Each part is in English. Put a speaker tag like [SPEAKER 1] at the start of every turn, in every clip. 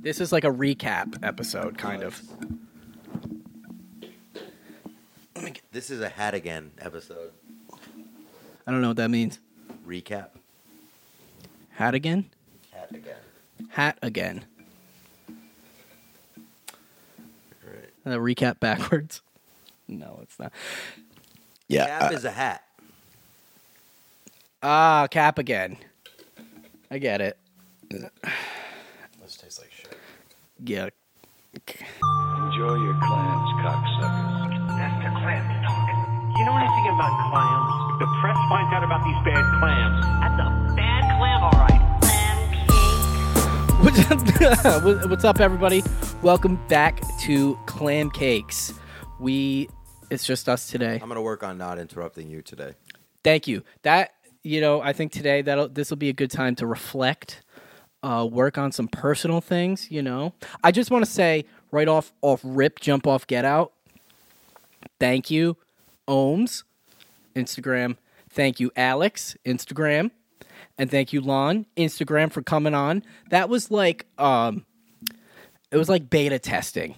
[SPEAKER 1] This is like a recap episode, kind of.
[SPEAKER 2] This is a hat again episode
[SPEAKER 1] I don't know what that means.
[SPEAKER 2] recap.
[SPEAKER 1] Hat again?
[SPEAKER 2] Hat again.
[SPEAKER 1] Hat again.
[SPEAKER 2] All right.
[SPEAKER 1] And then recap backwards. No, it's not. Yeah.
[SPEAKER 2] Cap is a hat.
[SPEAKER 1] Ah, cap again. I get it.
[SPEAKER 3] This tastes like shit.
[SPEAKER 1] Yeah.
[SPEAKER 4] Enjoy your clams, cocksuckers.
[SPEAKER 5] That's the clam talk. You know anything about clams?
[SPEAKER 4] The press finds out about these bad clams.
[SPEAKER 5] That's a bad clam, all right. Clam cake.
[SPEAKER 1] What's up, what's up, everybody? Welcome back to Clam Cakes. We, it's just us today.
[SPEAKER 2] I'm gonna work on not interrupting you today.
[SPEAKER 1] Thank you. That you know, I think today that'll this will be a good time to reflect, uh, work on some personal things. You know, I just want to say right off off rip, jump off, get out. Thank you, Ohms, Instagram. Thank you, Alex, Instagram, and thank you, Lon, Instagram, for coming on. That was like um, it was like beta testing.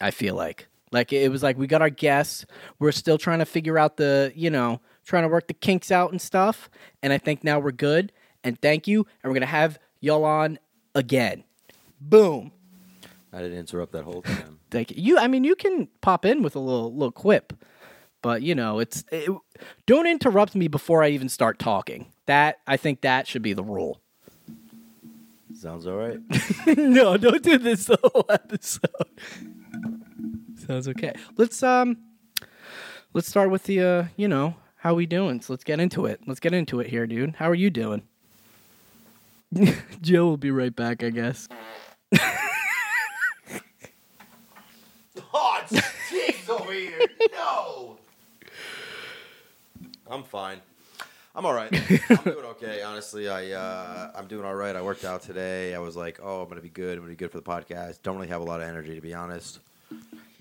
[SPEAKER 1] I feel like. Like it was like we got our guests. We're still trying to figure out the, you know, trying to work the kinks out and stuff. And I think now we're good. And thank you. And we're gonna have y'all on again. Boom.
[SPEAKER 2] I didn't interrupt that whole time.
[SPEAKER 1] Thank you. You. I mean, you can pop in with a little little quip, but you know, it's it, don't interrupt me before I even start talking. That I think that should be the rule.
[SPEAKER 2] Sounds all right.
[SPEAKER 1] no, don't do this the whole episode. Sounds okay. Let's um let's start with the uh, you know, how we doing. So let's get into it. Let's get into it here, dude. How are you doing? Joe will be right back, I guess.
[SPEAKER 2] Oh, stinks over here. No. I'm fine. I'm all right. I'm doing okay. Honestly, I uh, I'm doing all right. I worked out today. I was like, oh, I'm gonna be good. I'm gonna be good for the podcast. Don't really have a lot of energy to be honest.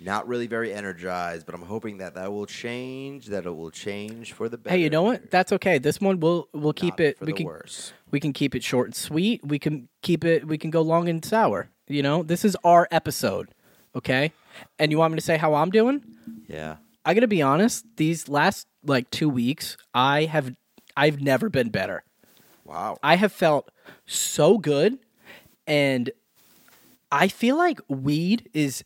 [SPEAKER 2] Not really very energized, but I'm hoping that that will change. That it will change for the better.
[SPEAKER 1] Hey, you know what? That's okay. This one we'll we'll keep
[SPEAKER 2] Not
[SPEAKER 1] it
[SPEAKER 2] for
[SPEAKER 1] we
[SPEAKER 2] the
[SPEAKER 1] can
[SPEAKER 2] worse.
[SPEAKER 1] we can keep it short and sweet. We can keep it we can go long and sour. You know, this is our episode, okay? And you want me to say how I'm doing?
[SPEAKER 2] Yeah.
[SPEAKER 1] I gotta be honest. These last like two weeks, I have I've never been better.
[SPEAKER 2] Wow.
[SPEAKER 1] I have felt so good, and I feel like weed is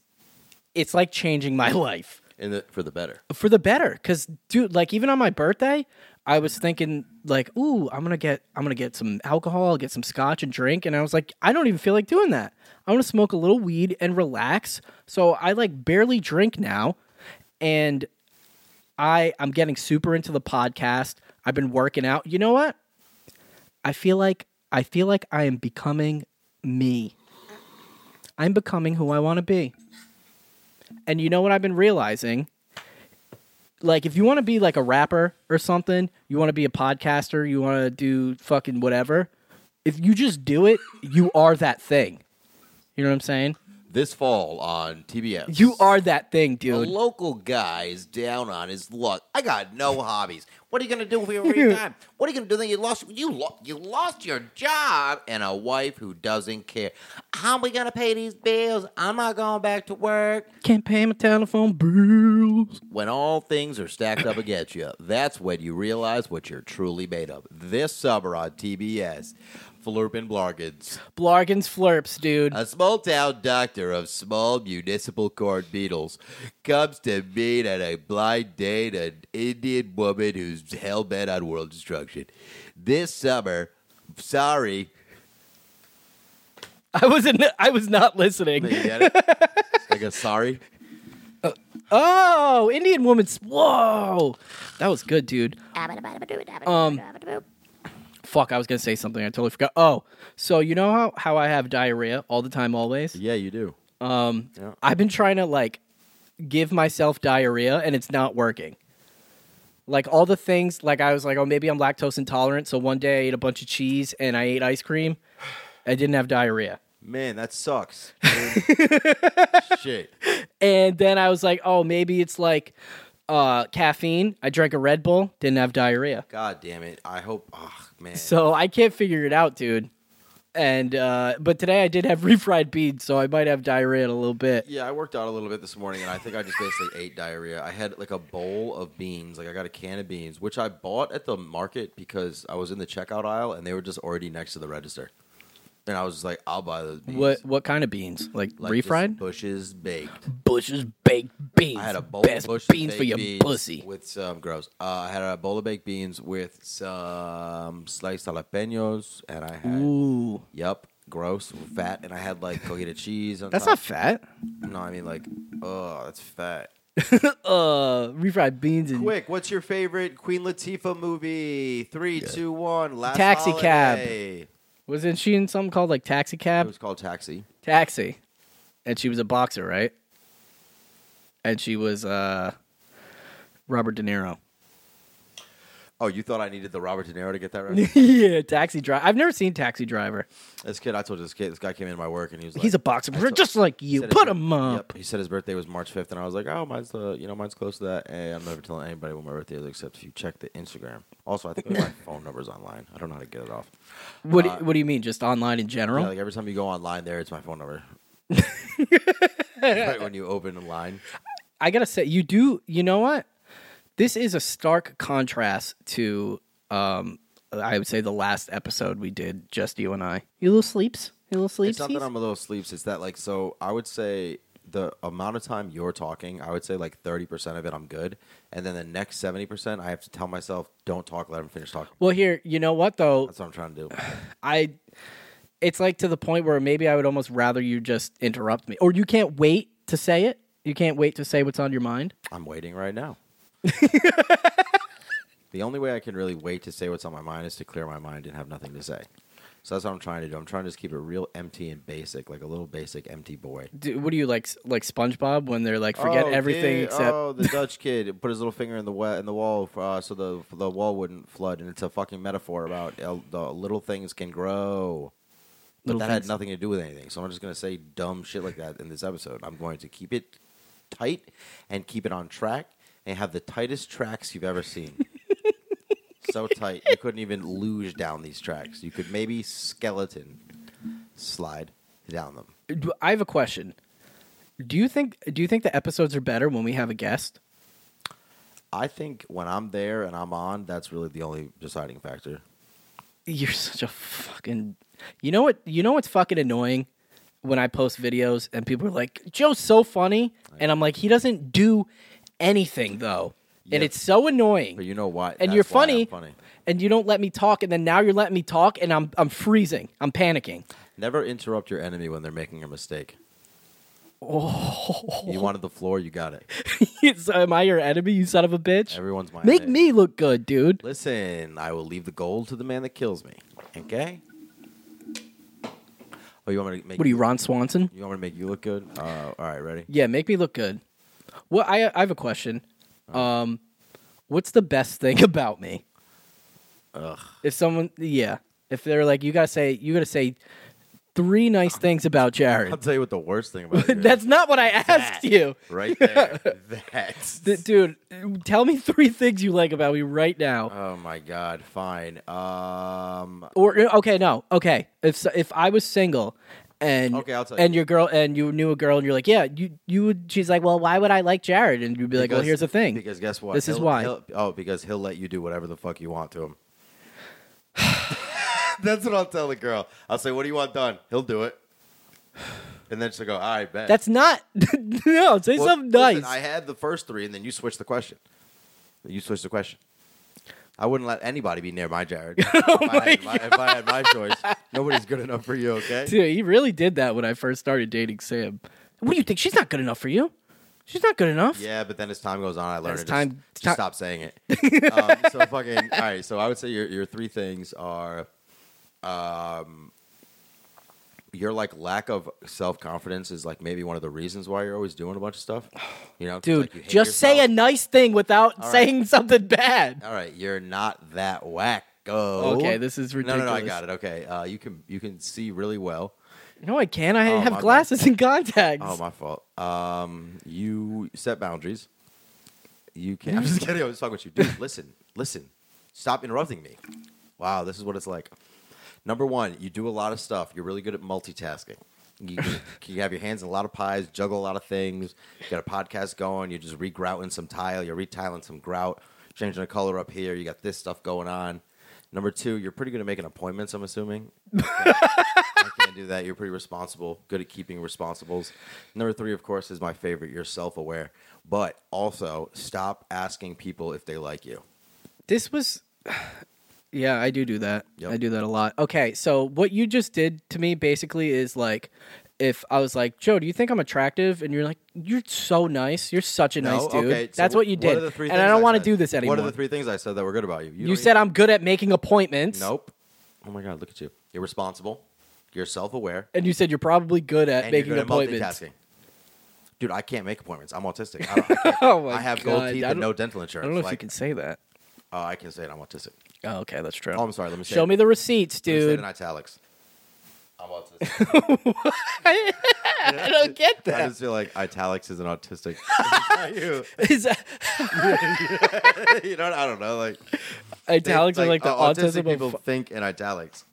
[SPEAKER 1] it's like changing my life
[SPEAKER 2] In the, for the better.
[SPEAKER 1] for the better. Because dude, like even on my birthday, I was thinking like, ooh, I'm gonna get I'm gonna get some alcohol, I'll get some scotch and drink, and I was like, I don't even feel like doing that. I want to smoke a little weed and relax. So I like barely drink now, and I I'm getting super into the podcast. I've been working out. You know what? I feel like I feel like I am becoming me. I'm becoming who I want to be. And you know what I've been realizing? Like if you want to be like a rapper or something, you want to be a podcaster, you want to do fucking whatever, if you just do it, you are that thing. You know what I'm saying?
[SPEAKER 2] This fall on TBS.
[SPEAKER 1] You are that thing,
[SPEAKER 2] The
[SPEAKER 1] dude.
[SPEAKER 2] local guy is down on his luck. I got no hobbies. What are you gonna do with your free time? What are you gonna do? Then you lost you lo- you lost your job and a wife who doesn't care. How am we gonna pay these bills? I'm not going back to work.
[SPEAKER 1] Can't pay my telephone bills.
[SPEAKER 2] When all things are stacked up against you, that's when you realize what you're truly made of. This summer on TBS, Flurpin Blargins,
[SPEAKER 1] Blargins flirps, dude.
[SPEAKER 2] a small town doctor of small municipal corn beetles comes to meet at a blind date an Indian woman who's hell bent on world destruction. This summer, sorry,
[SPEAKER 1] I wasn't. I was not listening.
[SPEAKER 2] you get it? like a sorry.
[SPEAKER 1] Oh, Indian woman's. Whoa, that was good, dude. Um, fuck, I was gonna say something. I totally forgot. Oh, so you know how how I have diarrhea all the time, always.
[SPEAKER 2] Yeah, you do.
[SPEAKER 1] I've been trying to like give myself diarrhea, and it's not working. Like all the things, like I was like, oh, maybe I'm lactose intolerant. So one day I ate a bunch of cheese and I ate ice cream. I didn't have diarrhea.
[SPEAKER 2] Man, that sucks. Shit.
[SPEAKER 1] And then I was like, oh, maybe it's like uh, caffeine. I drank a Red Bull, didn't have diarrhea.
[SPEAKER 2] God damn it. I hope. Oh, man.
[SPEAKER 1] So I can't figure it out, dude. And uh, but today I did have refried beans, so I might have diarrhea in a little bit.
[SPEAKER 2] Yeah, I worked out a little bit this morning, and I think I just basically ate diarrhea. I had like a bowl of beans, like I got a can of beans, which I bought at the market because I was in the checkout aisle, and they were just already next to the register. And I was just like, "I'll buy those beans."
[SPEAKER 1] What what kind of beans? Like,
[SPEAKER 2] Like just
[SPEAKER 1] refried?
[SPEAKER 2] bushes baked.
[SPEAKER 1] Bush's baked beans.
[SPEAKER 2] I had a bowl
[SPEAKER 1] Best
[SPEAKER 2] of Bush's
[SPEAKER 1] beans
[SPEAKER 2] baked
[SPEAKER 1] for your
[SPEAKER 2] beans
[SPEAKER 1] pussy.
[SPEAKER 2] with some gross. Uh, I had a bowl of baked beans with some sliced jalapenos, and I had
[SPEAKER 1] Ooh,
[SPEAKER 2] yep, gross, fat, and I had like cojita cheese. On
[SPEAKER 1] that's
[SPEAKER 2] top.
[SPEAKER 1] not fat.
[SPEAKER 2] No, I mean like, oh, that's fat.
[SPEAKER 1] Uh, refried beans and
[SPEAKER 2] Quick, what's your favorite Queen Latifah movie? Three, two, one. Last
[SPEAKER 1] Taxi Cab.
[SPEAKER 2] Holiday.
[SPEAKER 1] wasn't she in something called like taxi
[SPEAKER 2] It
[SPEAKER 1] cab?
[SPEAKER 2] was called Taxi.
[SPEAKER 1] taxi and she was a boxer right and she was uh robert de niro
[SPEAKER 2] Oh, you thought I needed the Robert De Niro to get that right?
[SPEAKER 1] yeah taxi driver i've never seen taxi driver
[SPEAKER 2] this kid, I told you this kid, this guy came into my work and he was like,
[SPEAKER 1] he's a boxer
[SPEAKER 2] I told-
[SPEAKER 1] just like
[SPEAKER 2] he
[SPEAKER 1] you
[SPEAKER 2] said his
[SPEAKER 1] put
[SPEAKER 2] bir-
[SPEAKER 1] him up
[SPEAKER 2] Yep, he said his birthday was March 5th, and I was like, oh, mine's the, you know, mine's close to that. Hey, I'm never telling anybody what my birthday is except if you check the Instagram. Also, I think my phone number's online. I don't know how to get it off.
[SPEAKER 1] what,
[SPEAKER 2] Uh,
[SPEAKER 1] do- what do you mean just online in general
[SPEAKER 2] Yeah, like every time you go online there, it's my phone number. right when you open the line.
[SPEAKER 1] I gotta say, you do. You know what? This is a stark contrast to, um, I would say, the last episode we did, just you and I. You little sleeps. You little sleeps.
[SPEAKER 2] It's not that I'm a little sleeps. It's that like so. I would say the amount of time you're talking, I would say like thirty percent of it I'm good, and then the next seventy percent I have to tell myself don't talk. Let him finish talking.
[SPEAKER 1] Well, here, you know what though?
[SPEAKER 2] That's what I'm trying to do.
[SPEAKER 1] I. It's like to the point where maybe I would almost rather you just interrupt me, or you can't wait to say it. You can't wait to say what's on your mind.
[SPEAKER 2] I'm waiting right now. the only way I can really wait to say what's on my mind is to clear my mind and have nothing to say. So that's what I'm trying to do. I'm trying to just keep it real empty and basic, like a little basic empty boy.
[SPEAKER 1] Do, what do you like, like SpongeBob, when they're like, forget
[SPEAKER 2] Oh,
[SPEAKER 1] everything
[SPEAKER 2] dude,
[SPEAKER 1] except
[SPEAKER 2] oh the Dutch kid put his little finger in the wa- in the wall for, uh, so the the wall wouldn't flood, and it's a fucking metaphor about uh, the little things can grow. But
[SPEAKER 1] Little
[SPEAKER 2] that
[SPEAKER 1] things.
[SPEAKER 2] had nothing to do with anything, so I'm just gonna say dumb shit like that in this episode. I'm going to keep it tight and keep it on track and have the tightest tracks you've ever seen. so tight you couldn't even luge down these tracks. You could maybe skeleton slide down them.
[SPEAKER 1] Do- I have a question. Do you think do you think the episodes are better when we have a guest?
[SPEAKER 2] I think when I'm there and I'm on, that's really the only deciding factor.
[SPEAKER 1] You're such a fucking You know what you know what's fucking annoying when I post videos and people are like, "Joe's so funny." And I'm like, "He doesn't do anything though." And
[SPEAKER 2] Yeah.
[SPEAKER 1] it's so annoying.
[SPEAKER 2] But you know why?
[SPEAKER 1] and
[SPEAKER 2] that's
[SPEAKER 1] you're
[SPEAKER 2] why I'm
[SPEAKER 1] funny, and you don't let me talk and then now you're letting me talk and I'm I'm freezing. I'm panicking.
[SPEAKER 2] Never interrupt your enemy when they're making a mistake. Oh. You wanted the floor, you got it.
[SPEAKER 1] so am I your enemy, you son of a bitch?
[SPEAKER 2] Everyone's my
[SPEAKER 1] Make
[SPEAKER 2] enemy.
[SPEAKER 1] me look good, dude.
[SPEAKER 2] Listen, I will leave the gold to the man that kills me. Okay? Oh, you want me to make
[SPEAKER 1] What are you, Ron Swanson?
[SPEAKER 2] You want me to make you look good? Uh, all right, ready?
[SPEAKER 1] Yeah, make me look good. Well, I I have a question.
[SPEAKER 2] Oh.
[SPEAKER 1] Um, what's the best thing about me? Ugh. If someone, yeah, if they're like, you gotta say, you gotta say three
[SPEAKER 2] Oh.
[SPEAKER 1] nice things about
[SPEAKER 2] I'll
[SPEAKER 1] Jared.
[SPEAKER 2] tell you what the worst thing about it is.
[SPEAKER 1] That's not what I asked you,
[SPEAKER 2] right there. That's
[SPEAKER 1] D- dude. Tell me three things you like about me right now.
[SPEAKER 2] Oh my god, fine. Um
[SPEAKER 1] or uh, okay, no, okay. If so- if I was single. And
[SPEAKER 2] Okay, I'll tell you.
[SPEAKER 1] and your girl and you knew a girl and you're like, yeah, you you would. She's like, well, why would I like Jared? And you'd be like, well,
[SPEAKER 2] Because-
[SPEAKER 1] here's the thing.
[SPEAKER 2] Because guess what?
[SPEAKER 1] This is
[SPEAKER 2] He'll-
[SPEAKER 1] why.
[SPEAKER 2] he'll- oh, because he'll let you do whatever the fuck you want to him. That's what I'll tell the girl. I'll say, "What do you want done?" He'll do it, and then she'll go, "All right, bet."
[SPEAKER 1] That's not no. Say
[SPEAKER 2] Well,
[SPEAKER 1] something nice.
[SPEAKER 2] listen, I had the first three, and then you switched the question. You switched the question. I wouldn't let anybody be near my Jared.
[SPEAKER 1] Oh
[SPEAKER 2] if, I had my, if I had my choice, nobody's good enough for you. Okay.
[SPEAKER 1] Dude, he really did that when I first started dating Sam. What do you think? She's not good enough for you. She's not good enough.
[SPEAKER 2] Yeah, but then as time goes on, I learned
[SPEAKER 1] As
[SPEAKER 2] to just-
[SPEAKER 1] time-
[SPEAKER 2] just,
[SPEAKER 1] ti-
[SPEAKER 2] stop saying it. um, so fucking all right. So I would say your your three things are, um, your like lack of self confidence is like maybe one of the reasons why you're always doing a bunch of stuff. You know, 'cause,
[SPEAKER 1] Dude,
[SPEAKER 2] like, you hate
[SPEAKER 1] just say a
[SPEAKER 2] yourself.
[SPEAKER 1] nice thing without
[SPEAKER 2] right.
[SPEAKER 1] saying something bad.
[SPEAKER 2] All right, you're not that whack.
[SPEAKER 1] Okay, this is
[SPEAKER 2] No, no, no, I
[SPEAKER 1] ridiculous.
[SPEAKER 2] got it. Okay, uh, you can you can see really well.
[SPEAKER 1] No, I can't. I
[SPEAKER 2] Oh, my
[SPEAKER 1] have
[SPEAKER 2] bad.
[SPEAKER 1] glasses and contacts.
[SPEAKER 2] Oh, my fault. Um, you set boundaries. You can. I'm just kidding. I was talking with you, dude. Listen, listen. Stop interrupting me. Wow, this is what it's like. Number one, you do a lot of stuff. You're really good at multitasking. You, you have your hands in a lot of pies, juggle a lot of things. You got a podcast going. You're just regrouting some tile. You're retiling some grout, changing the color up here. You got this stuff going on. Number two, you're pretty good at making appointments. I'm assuming. I can't do that. You're pretty responsible, good at keeping responsibles. Number three, of course, is my favorite. You're self aware, but also stop asking people if they like you.
[SPEAKER 1] This was, yeah, I do do that.
[SPEAKER 2] Yep.
[SPEAKER 1] I do that a lot. Okay, so what you just did to me basically is like, if I was like, Joe, do you think I'm attractive? And you're like, you're so nice. You're such a
[SPEAKER 2] No?
[SPEAKER 1] nice dude.
[SPEAKER 2] Okay, so
[SPEAKER 1] That's what you
[SPEAKER 2] wh-
[SPEAKER 1] did.
[SPEAKER 2] are the three
[SPEAKER 1] and I
[SPEAKER 2] things
[SPEAKER 1] don't want to
[SPEAKER 2] said?
[SPEAKER 1] do this anymore.
[SPEAKER 2] What are the three things I said that were good about you?
[SPEAKER 1] you
[SPEAKER 2] don't
[SPEAKER 1] said I'm good at making appointments.
[SPEAKER 2] even- nope. Oh my god, look at you. You're responsible. You're self aware.
[SPEAKER 1] And you said you're probably good at
[SPEAKER 2] and
[SPEAKER 1] making
[SPEAKER 2] you're good
[SPEAKER 1] appointments.
[SPEAKER 2] At multitasking. Dude, I can't make appointments. I'm autistic. I, don't, I, can't-
[SPEAKER 1] Oh my
[SPEAKER 2] I have
[SPEAKER 1] God,
[SPEAKER 2] gold teeth
[SPEAKER 1] I don't-
[SPEAKER 2] and no dental
[SPEAKER 1] I
[SPEAKER 2] insurance.
[SPEAKER 1] don't know if
[SPEAKER 2] like,
[SPEAKER 1] you can say that.
[SPEAKER 2] Oh, I can say it. I'm autistic.
[SPEAKER 1] Oh, okay, that's true.
[SPEAKER 2] Oh, I'm sorry. Let me say
[SPEAKER 1] Show
[SPEAKER 2] it.
[SPEAKER 1] me the receipts,
[SPEAKER 2] Let me say it
[SPEAKER 1] dude.
[SPEAKER 2] in
[SPEAKER 1] I
[SPEAKER 2] italics. I'm autistic.
[SPEAKER 1] don't get
[SPEAKER 2] I
[SPEAKER 1] that.
[SPEAKER 2] just feel like italics is an autistic. It's not you.
[SPEAKER 1] Is that-
[SPEAKER 2] you know, what? I don't know. Like they-
[SPEAKER 1] italics are like the
[SPEAKER 2] uh,
[SPEAKER 1] autism of
[SPEAKER 2] people think in italics.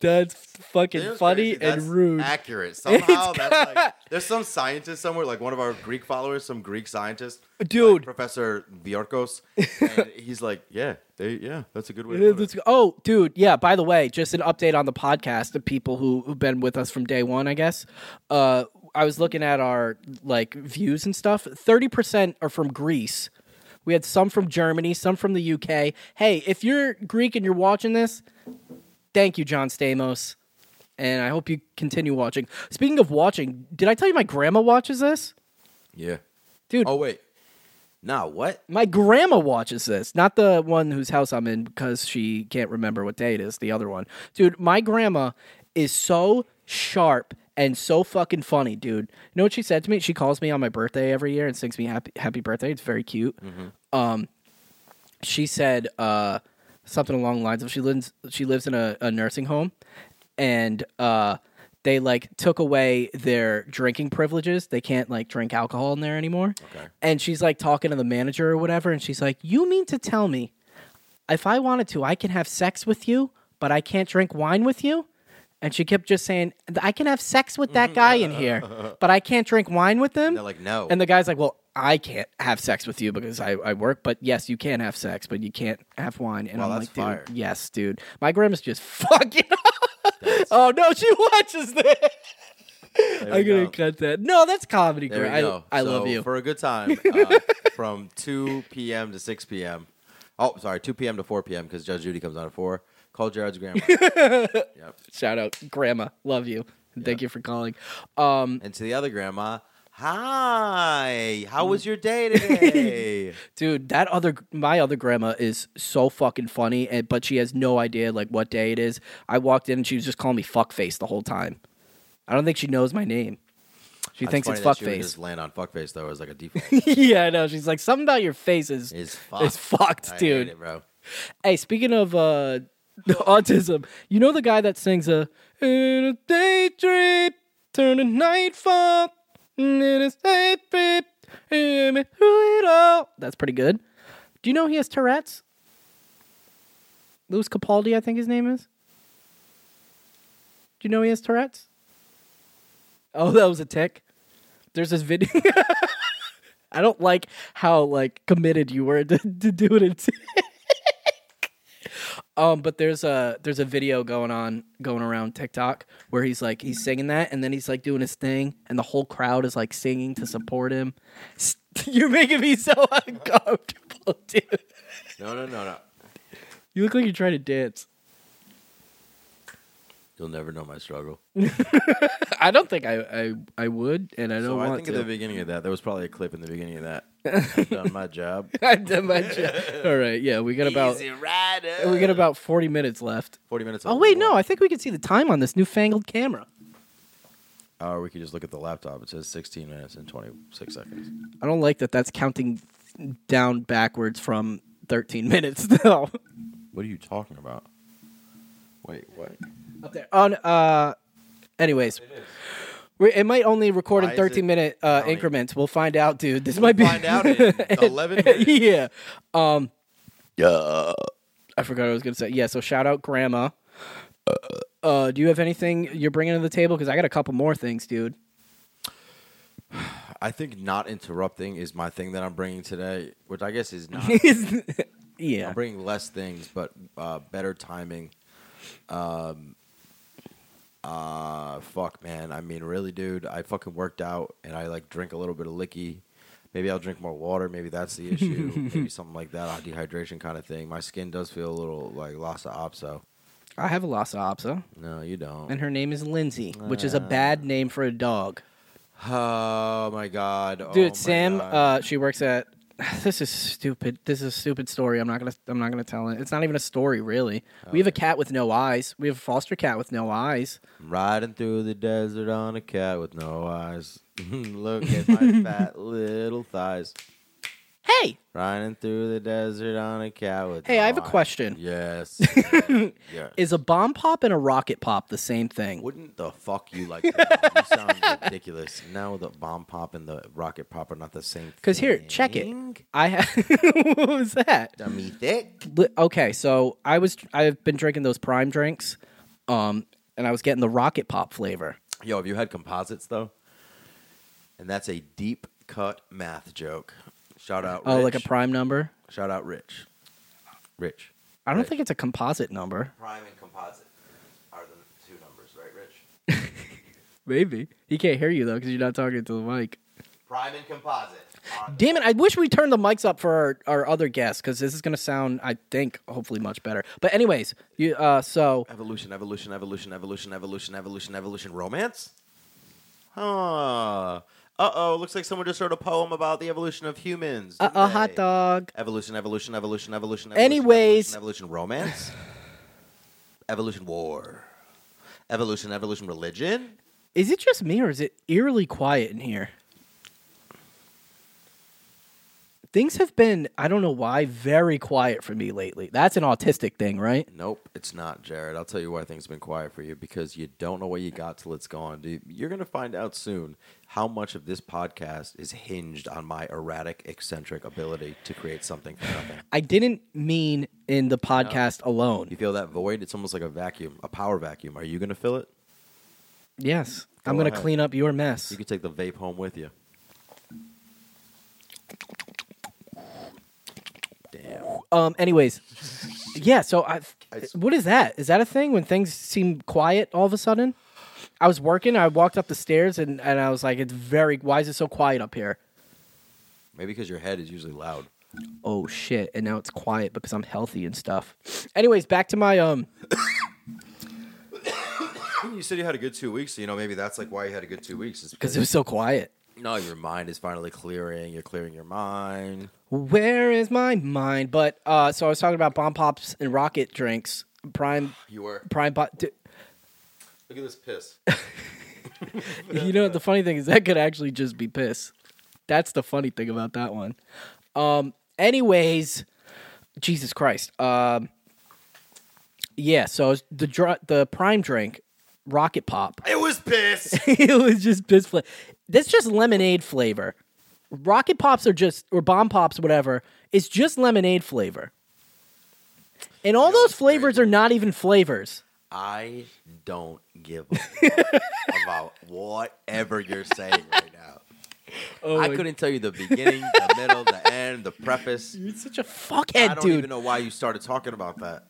[SPEAKER 1] That's fucking
[SPEAKER 2] You know what's
[SPEAKER 1] funny
[SPEAKER 2] crazy? That's
[SPEAKER 1] and rude.
[SPEAKER 2] Accurate. Somehow that's like there's some scientist somewhere, like one of our Greek followers, some Greek scientist, like
[SPEAKER 1] Dude.
[SPEAKER 2] Professor Biorkos. and he's like, yeah, they, yeah, that's a good way. To put it.
[SPEAKER 1] Let's go- Oh, dude, yeah. By the way, just an update on the podcast. The people who who've been with us from day one, I guess. Uh, I was looking at our like views and stuff. Thirty percent are from Greece. We had some from Germany, some from the UK. Hey, if you're Greek and you're watching this, thank you, John Stamos, and I hope you continue watching. Speaking of watching, did I tell you my grandma watches this,
[SPEAKER 2] Yeah.
[SPEAKER 1] dude?
[SPEAKER 2] Oh wait. Nah, what?
[SPEAKER 1] My grandma watches this, not the one whose house I'm in because she can't remember what day it is, the other one. Dude, my grandma is so sharp and so fucking funny, dude. You know what she said to me? She calls me on my birthday every year and sings me happy happy birthday. It's very cute. Um she said uh something along the lines of she lives she lives in a, a nursing home and uh they like took away their drinking privileges. They can't like drink alcohol in there anymore.
[SPEAKER 2] Okay.
[SPEAKER 1] And she's like talking to the manager or whatever, and she's like, "You mean to tell me if I wanted to, I can have sex with you, but I can't drink wine with you?" And she kept just saying, "I can have sex with that guy in here, but I can't drink wine with him."
[SPEAKER 2] They're like, no.
[SPEAKER 1] And the guy's like, "Well, I can't have sex with you because I, I work, but yes, you can have sex, but you can't have wine." And
[SPEAKER 2] Wow,
[SPEAKER 1] I'm
[SPEAKER 2] that's
[SPEAKER 1] like,
[SPEAKER 2] fire.
[SPEAKER 1] "Dude, yes, dude, my grandma's just fucking." oh no, she watches this.
[SPEAKER 2] There
[SPEAKER 1] I'm
[SPEAKER 2] we
[SPEAKER 1] gonna
[SPEAKER 2] go.
[SPEAKER 1] cut that. No, that's comedy.
[SPEAKER 2] There
[SPEAKER 1] Gra-
[SPEAKER 2] we go.
[SPEAKER 1] I, I
[SPEAKER 2] So,
[SPEAKER 1] love you.
[SPEAKER 2] For a good time, uh, from 2 p.m. to 6 p.m. Oh, sorry, 2 p.m. to 4 p.m. because Judge Judy comes out at 4. Call Jared's grandma. yep.
[SPEAKER 1] Shout out, Grandma. Love you. Thank you for calling. Um,
[SPEAKER 2] And to the other grandma, hi, how was your day today?
[SPEAKER 1] dude, that other my other grandma is so fucking funny, and but she has no idea like what day it is. I walked in and she was just calling me fuckface the whole time. I don't think she knows my name. She thinks it's
[SPEAKER 2] funny that she would Just
[SPEAKER 1] fuckface.
[SPEAKER 2] land on fuckface though as like a default.
[SPEAKER 1] yeah, I know. She's like, something about your face is
[SPEAKER 2] It's fucked.
[SPEAKER 1] is fucked,
[SPEAKER 2] I hate
[SPEAKER 1] dude.
[SPEAKER 2] it, bro.
[SPEAKER 1] Hey, speaking of uh, autism, you know the guy that sings a in a day trip, turn a nightfall, and in a day trip, and me through it all. That's pretty good. Do you know he has Tourette's? Louis Capaldi, I think his name is. Do you know he has Tourette's? Oh, that was a tick. There's this video. I don't like how like committed you were to, to do it. in- um, but there's a there's a video going on going around TikTok where he's like he's singing that and then he's like doing his thing and the whole crowd is like singing to support him. S- You're making me so uncomfortable, dude.
[SPEAKER 2] No, no, no, no.
[SPEAKER 1] You look like you're trying to dance.
[SPEAKER 2] You'll never know my struggle.
[SPEAKER 1] I don't think I I, I would, and I don't
[SPEAKER 2] so
[SPEAKER 1] want
[SPEAKER 2] I think
[SPEAKER 1] to.
[SPEAKER 2] at the beginning of that, there was probably a clip in the beginning of that. I've done my job.
[SPEAKER 1] I've done my job. All right, yeah, we got about
[SPEAKER 2] Easy rider.
[SPEAKER 1] we got about forty minutes left.
[SPEAKER 2] forty minutes.
[SPEAKER 1] Oh
[SPEAKER 2] of
[SPEAKER 1] wait, no,
[SPEAKER 2] one.
[SPEAKER 1] I think we can see the time on this newfangled camera.
[SPEAKER 2] Or we could just look at the laptop. It says sixteen minutes and twenty six seconds.
[SPEAKER 1] I don't like that. That's counting down backwards from thirteen minutes though.
[SPEAKER 2] What are you talking about? Wait, what?
[SPEAKER 1] Up there. On uh, anyways, we it might only record
[SPEAKER 2] Why
[SPEAKER 1] in
[SPEAKER 2] is
[SPEAKER 1] thirteen
[SPEAKER 2] it
[SPEAKER 1] minute uh,
[SPEAKER 2] counting?
[SPEAKER 1] increments. We'll find out, dude. This might be
[SPEAKER 2] Find out in eleven minutes.
[SPEAKER 1] yeah. Um,
[SPEAKER 3] Yeah.
[SPEAKER 1] I forgot what I was gonna say. Yeah, so shout out grandma. Uh, do you have anything you're bringing to the table? Because I got a couple more things, dude.
[SPEAKER 2] I think not interrupting is my thing that I'm bringing today, which I guess is not.
[SPEAKER 1] yeah,
[SPEAKER 2] I'm bringing less things, but uh, better timing. Um, uh, fuck, man. I mean, really, dude. I fucking worked out, and I like drink a little bit of licky. Maybe I'll drink more water. Maybe that's the issue. Maybe something like that, a dehydration kind of thing. My skin does feel a little like Lhasa Apso.
[SPEAKER 1] I have a Lhasa Apso,
[SPEAKER 2] No, you don't.
[SPEAKER 1] and her name is Lindsay, which
[SPEAKER 2] Uh.
[SPEAKER 1] is a bad name for a dog.
[SPEAKER 2] Oh my god, Oh,
[SPEAKER 1] Dude,
[SPEAKER 2] my
[SPEAKER 1] Sam,
[SPEAKER 2] God.
[SPEAKER 1] uh, she works at. This is stupid. This is a stupid story. I'm not gonna. I'm not gonna tell it. It's not even a story, really. we have a cat with no eyes. We have a foster cat with no eyes.
[SPEAKER 2] I'm riding through the desert on a cat with no eyes. Look at my fat little thighs.
[SPEAKER 1] Hey,
[SPEAKER 2] Riding through the desert on a cat with.
[SPEAKER 1] Hey,
[SPEAKER 2] no
[SPEAKER 1] I have a
[SPEAKER 2] eyes.
[SPEAKER 1] question.
[SPEAKER 2] Yes. yes.
[SPEAKER 1] is a bomb pop and a rocket pop the same thing?
[SPEAKER 2] Wouldn't the fuck you like? That? you sound ridiculous. Now the bomb pop and the rocket pop are not the same. thing.
[SPEAKER 1] Because here, check it. I ha- what was that?
[SPEAKER 2] Dummy thick.
[SPEAKER 1] Li- Okay, so I was I've been drinking those prime drinks, um, and I was getting the rocket pop flavor.
[SPEAKER 2] Yo, have you had composites though? And that's a deep cut math joke. Shout out.
[SPEAKER 1] Oh, like a
[SPEAKER 2] Rich.
[SPEAKER 1] prime number?
[SPEAKER 2] Shout out Rich. Rich.
[SPEAKER 1] I don't
[SPEAKER 2] Right.
[SPEAKER 1] think it's a composite number.
[SPEAKER 2] Prime and composite are the two numbers, right, Rich?
[SPEAKER 1] Maybe he can't hear you though because you're not talking to the mic.
[SPEAKER 2] Prime and composite.
[SPEAKER 1] Damn it! I wish we turned the mics up for our, our other guests because this is gonna sound, I think, hopefully much better. But anyways, you uh, so
[SPEAKER 2] Evolution, evolution, evolution, evolution, evolution, evolution, evolution. Romance? Huh. Uh oh, looks like someone just wrote a poem about the evolution of humans.
[SPEAKER 1] uh,
[SPEAKER 2] didn't
[SPEAKER 1] a hot
[SPEAKER 2] they?
[SPEAKER 1] dog.
[SPEAKER 2] Evolution, evolution, evolution, evolution. evolution,
[SPEAKER 1] Anyways.
[SPEAKER 2] evolution, evolution romance. evolution war. Evolution, evolution religion.
[SPEAKER 1] Is it just me or is it eerily quiet in here? Things have been, I don't know why, very quiet for me lately. That's an autistic thing, right?
[SPEAKER 2] Nope, it's not, Jared. I'll tell you why things have been quiet for you because you don't know what you got till it's gone. Do- You're going to find out soon how much of this podcast is hinged on my erratic, eccentric ability to create something from nothing.
[SPEAKER 1] I didn't mean in the podcast
[SPEAKER 2] You
[SPEAKER 1] alone.
[SPEAKER 2] feel that void? It's almost like a vacuum, a power vacuum. Are you going to fill it?
[SPEAKER 1] Yes.
[SPEAKER 2] Go
[SPEAKER 1] I'm going to
[SPEAKER 2] ahead.
[SPEAKER 1] clean up your mess.
[SPEAKER 2] You can take the vape home with you. Damn.
[SPEAKER 1] Um anyways. Yeah, so I What is that? Is that a thing when things seem quiet all of a sudden? I was working, I walked up the stairs and and I was like it's very why is it so quiet up here?
[SPEAKER 2] Maybe because your head is usually loud.
[SPEAKER 1] oh shit and now it's quiet because i'm healthy and stuff anyways back to my um
[SPEAKER 2] You said you had a good two weeks, so you know maybe that's like why you had a good two weeks. is
[SPEAKER 1] because it was so quiet
[SPEAKER 2] No, your mind is finally clearing. You're clearing your mind.
[SPEAKER 1] where is my mind but uh so i was talking about bomb pops and rocket drinks prime
[SPEAKER 2] You were.
[SPEAKER 1] prime pot
[SPEAKER 2] Look at this piss.
[SPEAKER 1] you know the funny thing is that could actually just be piss that's the funny thing about that one um anyways jesus christ um yeah so the dr- the prime drink rocket pop
[SPEAKER 2] it was piss.
[SPEAKER 1] it was just piss flavor. That's just lemonade flavor. Rocket pops are just or bomb pops, whatever. It's just lemonade flavor. And all those flavors are not even flavors.
[SPEAKER 2] I don't give a fuck about whatever you're saying right now.
[SPEAKER 1] Oh,
[SPEAKER 2] I couldn't tell you the beginning, the middle, the end, the preface.
[SPEAKER 1] You're such a
[SPEAKER 2] I
[SPEAKER 1] fuckhead,
[SPEAKER 2] don't
[SPEAKER 1] dude.
[SPEAKER 2] even know why you started talking about that.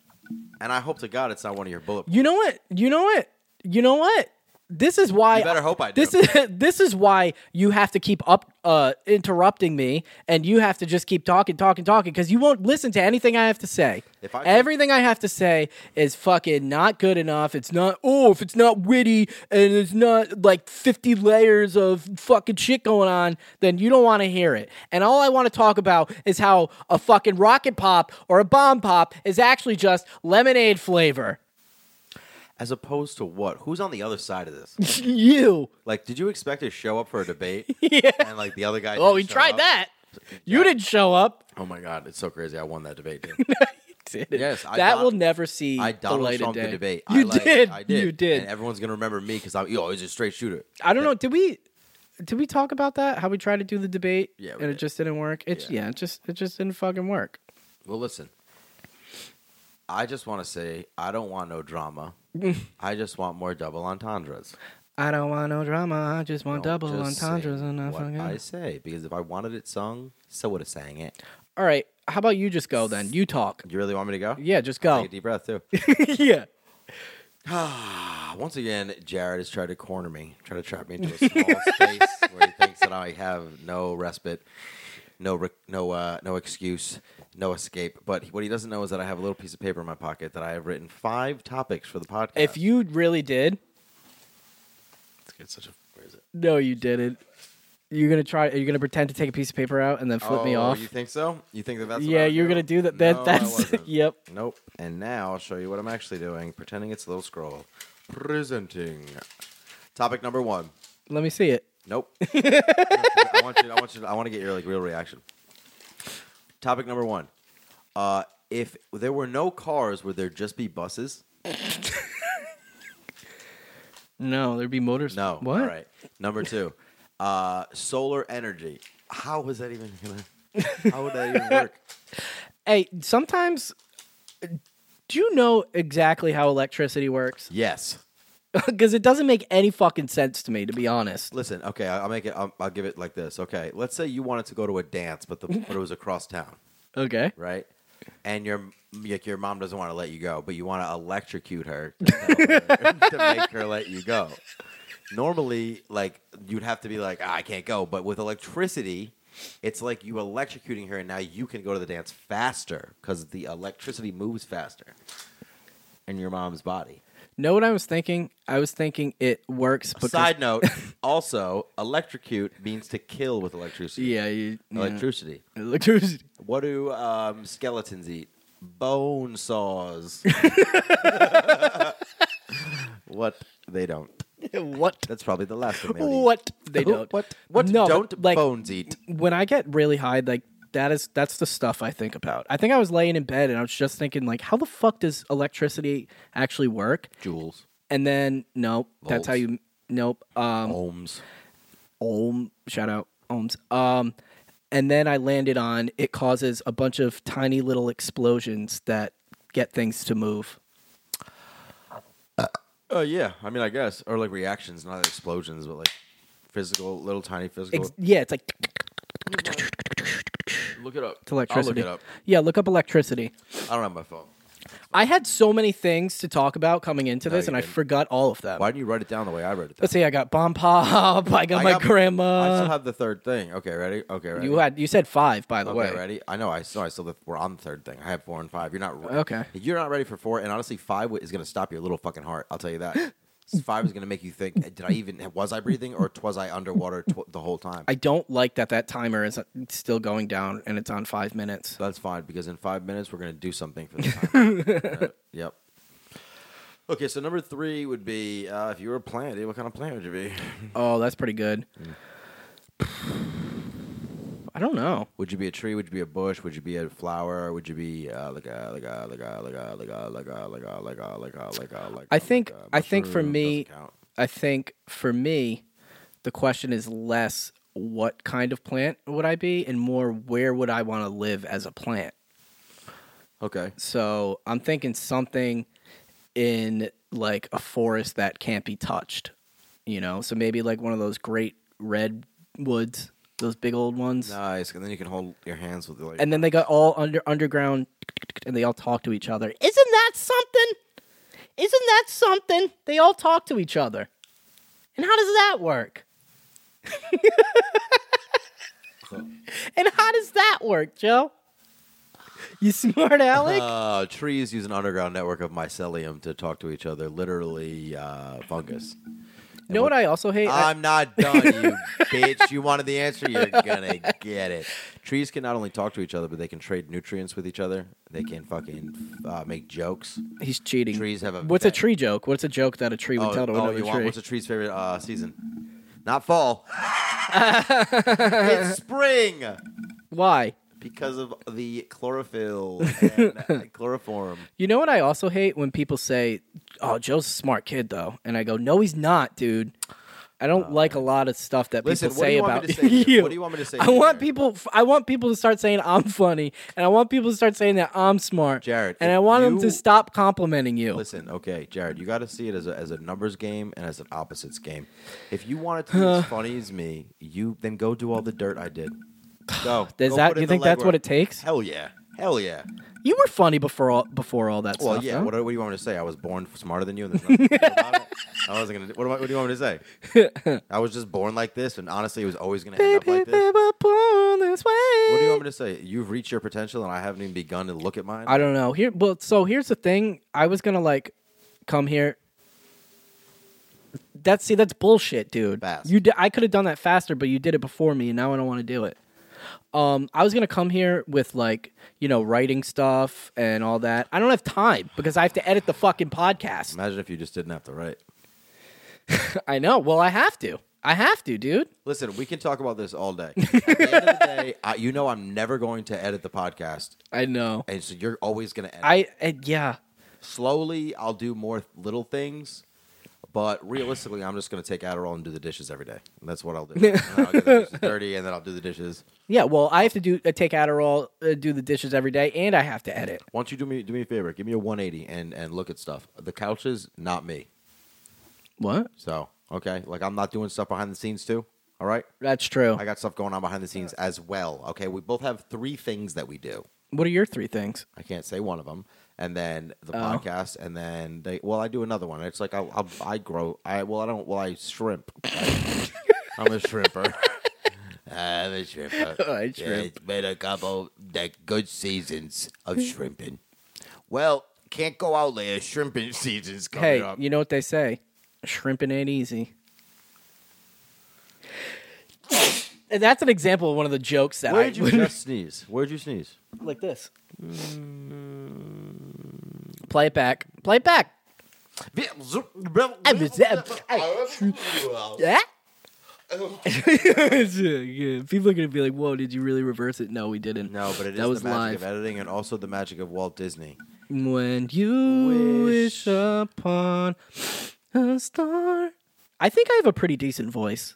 [SPEAKER 2] And I hope to God it's not one of your bullet.
[SPEAKER 1] You know what? You know what? You know what? This is why.
[SPEAKER 2] You better hope I do.
[SPEAKER 1] This is this is why you have to keep up uh, interrupting me, and you have to just keep talking, talking, talking, because you won't listen to anything I have to say.
[SPEAKER 2] If I could-
[SPEAKER 1] Everything I have to say is fucking not good enough. It's not. Oh, if it's not witty and it's not like fifty layers of fucking shit going on, then you don't want to hear it. And all I want to talk about is how a fucking rocket pop or a bomb pop is actually just lemonade flavor.
[SPEAKER 2] As opposed to what? Who's on the other side of this?
[SPEAKER 1] you.
[SPEAKER 2] Like, did you expect to show up for a debate?
[SPEAKER 1] Yeah.
[SPEAKER 2] And like the other guy.
[SPEAKER 1] Oh,
[SPEAKER 2] didn't
[SPEAKER 1] he
[SPEAKER 2] show
[SPEAKER 1] tried
[SPEAKER 2] up?
[SPEAKER 1] that. You didn't show up.
[SPEAKER 2] Oh my God, it's so crazy. I won that debate. dude. Yes,
[SPEAKER 1] Yes,
[SPEAKER 2] I
[SPEAKER 1] that
[SPEAKER 2] don-
[SPEAKER 1] will never see
[SPEAKER 2] I
[SPEAKER 1] the
[SPEAKER 2] Donald
[SPEAKER 1] light of
[SPEAKER 2] Trump
[SPEAKER 1] day.
[SPEAKER 2] the debate. I
[SPEAKER 1] You
[SPEAKER 2] like-
[SPEAKER 1] did.
[SPEAKER 2] I did.
[SPEAKER 1] You did.
[SPEAKER 2] And everyone's gonna remember me because I'm. Yo, he's a straight shooter.
[SPEAKER 1] I don't know. Did we? Did we talk about that? How we tried to do the debate
[SPEAKER 2] Yeah, we
[SPEAKER 1] and it
[SPEAKER 2] did.
[SPEAKER 1] just didn't work. It yeah.
[SPEAKER 2] Yeah.
[SPEAKER 1] it just it just didn't fucking work.
[SPEAKER 2] Well, listen. I just want to say I don't want no drama. I just want more double entendres.
[SPEAKER 1] I don't want no drama. I just want
[SPEAKER 2] No,
[SPEAKER 1] double
[SPEAKER 2] just say
[SPEAKER 1] entendres and I
[SPEAKER 2] what
[SPEAKER 1] forget.
[SPEAKER 2] I say because if I wanted it sung, so would have sang it.
[SPEAKER 1] All right. How about you just go then? You talk.
[SPEAKER 2] You really want me to go?
[SPEAKER 1] Yeah, just
[SPEAKER 2] Take
[SPEAKER 1] go.
[SPEAKER 2] a deep breath too.
[SPEAKER 1] yeah.
[SPEAKER 2] Ah, Once again, Jared has tried to corner me, try to trap me into a small space where he thinks that I have no respite, no re- no uh, no excuse, no escape. But what he doesn't know is that I have a little piece of paper in my pocket that I have written five topics for the podcast.
[SPEAKER 1] If you really did,
[SPEAKER 3] It's good, such a. Where is it?
[SPEAKER 1] no, you didn't. You're gonna try. Are you gonna pretend to take a piece of paper out and then flip me
[SPEAKER 2] Oh,
[SPEAKER 1] off?
[SPEAKER 2] you think so? You think that that's what I
[SPEAKER 1] yeah,
[SPEAKER 2] was
[SPEAKER 1] you're
[SPEAKER 2] doing?
[SPEAKER 1] gonna do that. That
[SPEAKER 2] No, I
[SPEAKER 1] that's
[SPEAKER 2] wasn't.
[SPEAKER 1] yep.
[SPEAKER 2] Nope. And now I'll show you what I'm actually doing. Pretending it's a little scroll. Presenting topic number one.
[SPEAKER 1] Let me see it.
[SPEAKER 2] Nope. I want you. I want you. I want to get your like real reaction. Topic number one. Uh, if there were no cars, would there just be buses?
[SPEAKER 1] No, there'd be motors.
[SPEAKER 2] No.
[SPEAKER 1] What?
[SPEAKER 2] All right. Number two. Uh, solar energy. How was that even gonna? How would that even work?
[SPEAKER 1] Hey, sometimes. Do you know exactly how electricity works?
[SPEAKER 2] Yes.
[SPEAKER 1] Because it doesn't make any fucking sense to me, to be honest.
[SPEAKER 2] Listen. Okay. I- I'll make it. I'll, I'll give it like this. Okay. Let's say you wanted to go to a dance, but the but it was across town.
[SPEAKER 1] Okay.
[SPEAKER 2] right? And your like your mom doesn't want to let you go, but you want to electrocute her to, tell her- to make her let you go. Normally, like you'd have to be like, "Ah, I can't go, but with electricity, it's like you electrocuting her, and now you can go to the dance faster because the electricity moves faster in your mom's body.
[SPEAKER 1] Know what I was thinking? I was thinking it works because.
[SPEAKER 2] Side note: also, electrocute means to kill with electricity.
[SPEAKER 1] yeah, you, yeah.
[SPEAKER 2] electricity.
[SPEAKER 1] Electricity.
[SPEAKER 2] What do um, skeletons eat? Bone saws. what they don't.
[SPEAKER 1] what?
[SPEAKER 2] That's probably the last one. They would eat.
[SPEAKER 1] What? They don't.
[SPEAKER 2] What? What
[SPEAKER 1] No,
[SPEAKER 2] don't
[SPEAKER 1] but, like-
[SPEAKER 2] bones eat?
[SPEAKER 1] when I get really high, like that is that's the stuff I think about. I think I was laying in bed and I was just thinking like, how the fuck does electricity actually work?
[SPEAKER 2] Joules,
[SPEAKER 1] And then nope, that's how
[SPEAKER 2] Volts.
[SPEAKER 1] you nope. Um,
[SPEAKER 2] ohms.
[SPEAKER 1] ohm shout out ohms. Um, and then I landed on it causes a bunch of tiny little explosions that get things to move.
[SPEAKER 2] Oh yeah, I mean I guess or like reactions, not explosions, but like physical, little tiny physical.
[SPEAKER 1] Ex- yeah, it's like
[SPEAKER 2] look it up.
[SPEAKER 1] it's electricity.
[SPEAKER 2] I'll look it
[SPEAKER 1] Yeah, look up electricity.
[SPEAKER 2] up. I don't have my phone.
[SPEAKER 1] I had so many things to talk about coming into
[SPEAKER 2] No,
[SPEAKER 1] this,
[SPEAKER 2] you
[SPEAKER 1] and I
[SPEAKER 2] didn't.
[SPEAKER 1] forgot all of them.
[SPEAKER 2] Why didn't you write it down the way I wrote it down?
[SPEAKER 1] Let's see. I got bomb pop. I got
[SPEAKER 2] I
[SPEAKER 1] my
[SPEAKER 2] got- I
[SPEAKER 1] grandma.
[SPEAKER 2] still have the third thing. Okay, ready? Okay, ready.
[SPEAKER 1] you had you said five, by the
[SPEAKER 2] Okay,
[SPEAKER 1] way.
[SPEAKER 2] ready? I know. I saw. I saw that we're on the third thing. I have four and five. You're not re-
[SPEAKER 1] Okay.
[SPEAKER 2] You're not ready for four, and honestly, five wi- is going to stop your little fucking heart. I'll tell you that. five is going to make you think: Did I even was I breathing, or was I underwater tw- the whole time?
[SPEAKER 1] I don't like that that timer is still going down and it's on five minutes.
[SPEAKER 2] That's fine because in five minutes we're going to do something for the time. Uh, yep. Okay, so number three would be uh, if you were a planet, what kind of planet would you be?
[SPEAKER 1] Oh, that's pretty good.
[SPEAKER 2] Mm.
[SPEAKER 1] I don't know.
[SPEAKER 2] Would you be a tree? Would you be a bush? Would you be a flower? Would you be uh, like a like a like a like a like a like a like a like a like a like a like a
[SPEAKER 1] I think-
[SPEAKER 2] like a
[SPEAKER 1] I think for
[SPEAKER 2] mushroom?
[SPEAKER 1] me-
[SPEAKER 2] Doesn't count.
[SPEAKER 1] I think for me, the question is less what kind of plant would I be, and more where would I want to live as a plant.
[SPEAKER 2] Okay.
[SPEAKER 1] So I'm thinking something in like a forest that can't be touched, you know? So maybe like one of those great red woods, those big old ones.
[SPEAKER 2] Nice. And then you can hold your hands with the like.
[SPEAKER 1] And then they got all under underground and they all talk to each other. Isn't that something? Isn't that something? They all talk to each other. And how does that work? and how does that work, Joe? You smart Alec?
[SPEAKER 2] uh, trees use an underground network of mycelium to talk to each other, literally uh, fungus.
[SPEAKER 1] You know what I also hate? I-
[SPEAKER 2] I'm not done, you bitch. You wanted the answer, you're gonna get it. Trees can not only talk to each other, but they can trade nutrients with each other. They can fucking uh, make jokes.
[SPEAKER 1] He's cheating.
[SPEAKER 2] Trees have a
[SPEAKER 1] What's a
[SPEAKER 2] vet-
[SPEAKER 1] tree joke? What's a joke that a tree would
[SPEAKER 2] Oh,
[SPEAKER 1] tell to
[SPEAKER 2] oh,
[SPEAKER 1] another
[SPEAKER 2] you
[SPEAKER 1] tree?
[SPEAKER 2] want- what's a tree's favorite uh, season? Not fall. it's spring
[SPEAKER 1] Why?
[SPEAKER 2] because of the chlorophyll and chloroform.
[SPEAKER 1] You know what I also hate when people say, "Oh, Joe's a smart kid, though," and I go, "No, he's not, dude." I don't like a lot of stuff that
[SPEAKER 2] Listen,
[SPEAKER 1] people
[SPEAKER 2] what do
[SPEAKER 1] say
[SPEAKER 2] you want
[SPEAKER 1] about
[SPEAKER 2] me to say here?
[SPEAKER 1] you.
[SPEAKER 2] What do you want me to say
[SPEAKER 1] I want
[SPEAKER 2] here?
[SPEAKER 1] people. I want people to start saying I'm funny, and I want people to start saying that I'm smart,
[SPEAKER 2] Jared,
[SPEAKER 1] And
[SPEAKER 2] if
[SPEAKER 1] I want them
[SPEAKER 2] you-
[SPEAKER 1] to stop complimenting you.
[SPEAKER 2] Listen, okay, Jared, you got to see it as a, as a numbers game and as an opposites game. If you want it to be as funny as me, you then go do all the dirt I did. Go.
[SPEAKER 1] Does
[SPEAKER 2] Go
[SPEAKER 1] that-
[SPEAKER 2] put in
[SPEAKER 1] you
[SPEAKER 2] the
[SPEAKER 1] think that's
[SPEAKER 2] legwork.
[SPEAKER 1] what it takes?
[SPEAKER 2] Hell yeah. Hell yeah.
[SPEAKER 1] You were funny before all before all that
[SPEAKER 2] Well,
[SPEAKER 1] stuff.
[SPEAKER 2] yeah.
[SPEAKER 1] huh?
[SPEAKER 2] What, do- what do you want me to say? I was born smarter than you, and there's nothing you can do about it. I wasn't gonna. What, am I, what do you want me to say? I was just born like this, and honestly, it was always gonna end up
[SPEAKER 1] Baby,
[SPEAKER 2] like this.
[SPEAKER 1] baby, born this way.
[SPEAKER 2] What do you want me to say? You've reached your potential, and I haven't even begun to look at mine.
[SPEAKER 1] I don't know. Here, well, so here's the thing. I was gonna like come here. That's see, that's bullshit, dude.
[SPEAKER 2] Fast.
[SPEAKER 1] You, di- I could have done that faster, but you did it before me, and now I don't want to do it. Um, I was gonna come here with like you know writing stuff and all that. I don't have time because I have to edit the fucking podcast.
[SPEAKER 2] Imagine if you just didn't have to write.
[SPEAKER 1] I know. Well, I have to. I have to, dude.
[SPEAKER 2] Listen, we can talk about this all day. At the end of the day, I, you know I'm never going to edit the podcast,
[SPEAKER 1] I know.
[SPEAKER 2] and so you're always going to edit.
[SPEAKER 1] I, I yeah.
[SPEAKER 2] Slowly, I'll do more little things, but realistically, I'm just going to take Adderall and do the dishes every day. And that's what I'll do. And then I'll get the dishes dirty, and then I'll do the dishes.
[SPEAKER 1] Yeah, well, I have to do uh, take Adderall, uh, do the dishes every day, and I have to edit.
[SPEAKER 2] Why don't you do me do me a favor? Give me a 180 and and look at stuff. The couches, not me.
[SPEAKER 1] What?
[SPEAKER 2] So okay, like I'm not doing stuff behind the scenes too. All right,
[SPEAKER 1] That's true.
[SPEAKER 2] I got stuff going on behind the scenes as well. Okay, we both have three things that we do.
[SPEAKER 1] What are your three things?
[SPEAKER 2] I can't say one of them. And then
[SPEAKER 1] Oh.
[SPEAKER 2] the podcast, and then they. Well, I do another one. It's like I, I, I grow. I well, I don't. Well, I shrimp. I'm a shrimper. I'm a shrimper.
[SPEAKER 1] I
[SPEAKER 2] Yeah, it's been a couple that good seasons of shrimping. Well, can't go out there. Shrimping season's coming
[SPEAKER 1] Hey,
[SPEAKER 2] up.
[SPEAKER 1] you know what they say? Shrimping ain't easy. And that's an example of one of the jokes that I
[SPEAKER 2] Where'd you just sneeze? Where'd you sneeze?
[SPEAKER 1] like this. Mm. Play it back. Play it back. Yeah. People are gonna be like, "Whoa, did you really reverse it?" No, we didn't.
[SPEAKER 2] No, but it is
[SPEAKER 1] that was
[SPEAKER 2] the
[SPEAKER 1] live.
[SPEAKER 2] magic of editing and also the magic of Walt Disney.
[SPEAKER 1] When you wish,
[SPEAKER 2] Wish.
[SPEAKER 1] upon a star. I think I have a pretty decent voice.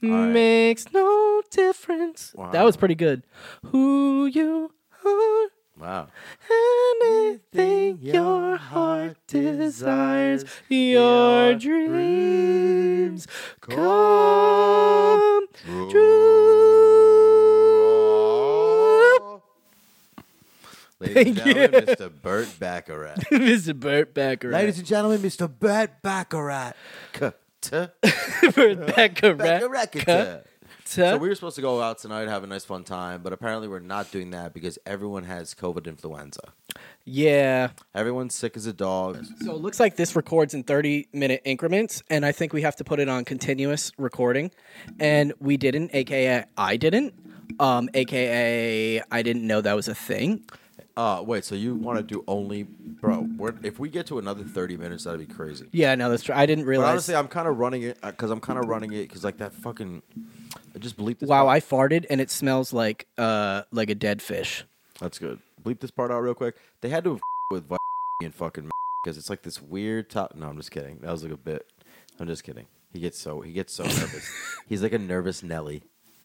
[SPEAKER 2] right.
[SPEAKER 1] Makes no difference. That was
[SPEAKER 2] Wow.
[SPEAKER 1] pretty good. Who you are,
[SPEAKER 2] Wow.
[SPEAKER 1] anything your heart desires, your dreams come true.
[SPEAKER 2] Ladies
[SPEAKER 1] Thank
[SPEAKER 2] and
[SPEAKER 1] you.
[SPEAKER 2] gentlemen, Mr. Burt Baccarat.
[SPEAKER 1] Mr. Burt Baccarat.
[SPEAKER 2] Ladies and gentlemen, Mr. Burt Baccarat. K-t-
[SPEAKER 1] Burt Baccarat.
[SPEAKER 2] Baccarat. So we were supposed to go out tonight, have a nice fun time, but apparently we're not doing that because everyone has COVID influenza.
[SPEAKER 1] yeah.
[SPEAKER 2] Everyone's sick as a dog.
[SPEAKER 1] So it looks like this records in 30 minute increments, and I think we have to put it on continuous recording. And we didn't, aka I didn't, um, aka I didn't know that was a thing.
[SPEAKER 2] Uh, wait, so you want to do only, bro? We're, if we get to another thirty minutes, that'd be crazy.
[SPEAKER 1] Yeah, no, that's true. I didn't
[SPEAKER 2] But
[SPEAKER 1] realize.
[SPEAKER 2] honestly, I'm kind of running it because I'm kind of running it because like that fucking, I just bleep this.
[SPEAKER 1] wow,
[SPEAKER 2] part.
[SPEAKER 1] I farted, and it smells like uh like a dead fish.
[SPEAKER 2] that's good. Bleep this part out real quick. They had to have with Vi- and fucking because it's like this weird top. No, I'm just kidding. That was like a bit. I'm just kidding. He gets so he gets so nervous. He's like a nervous Nelly.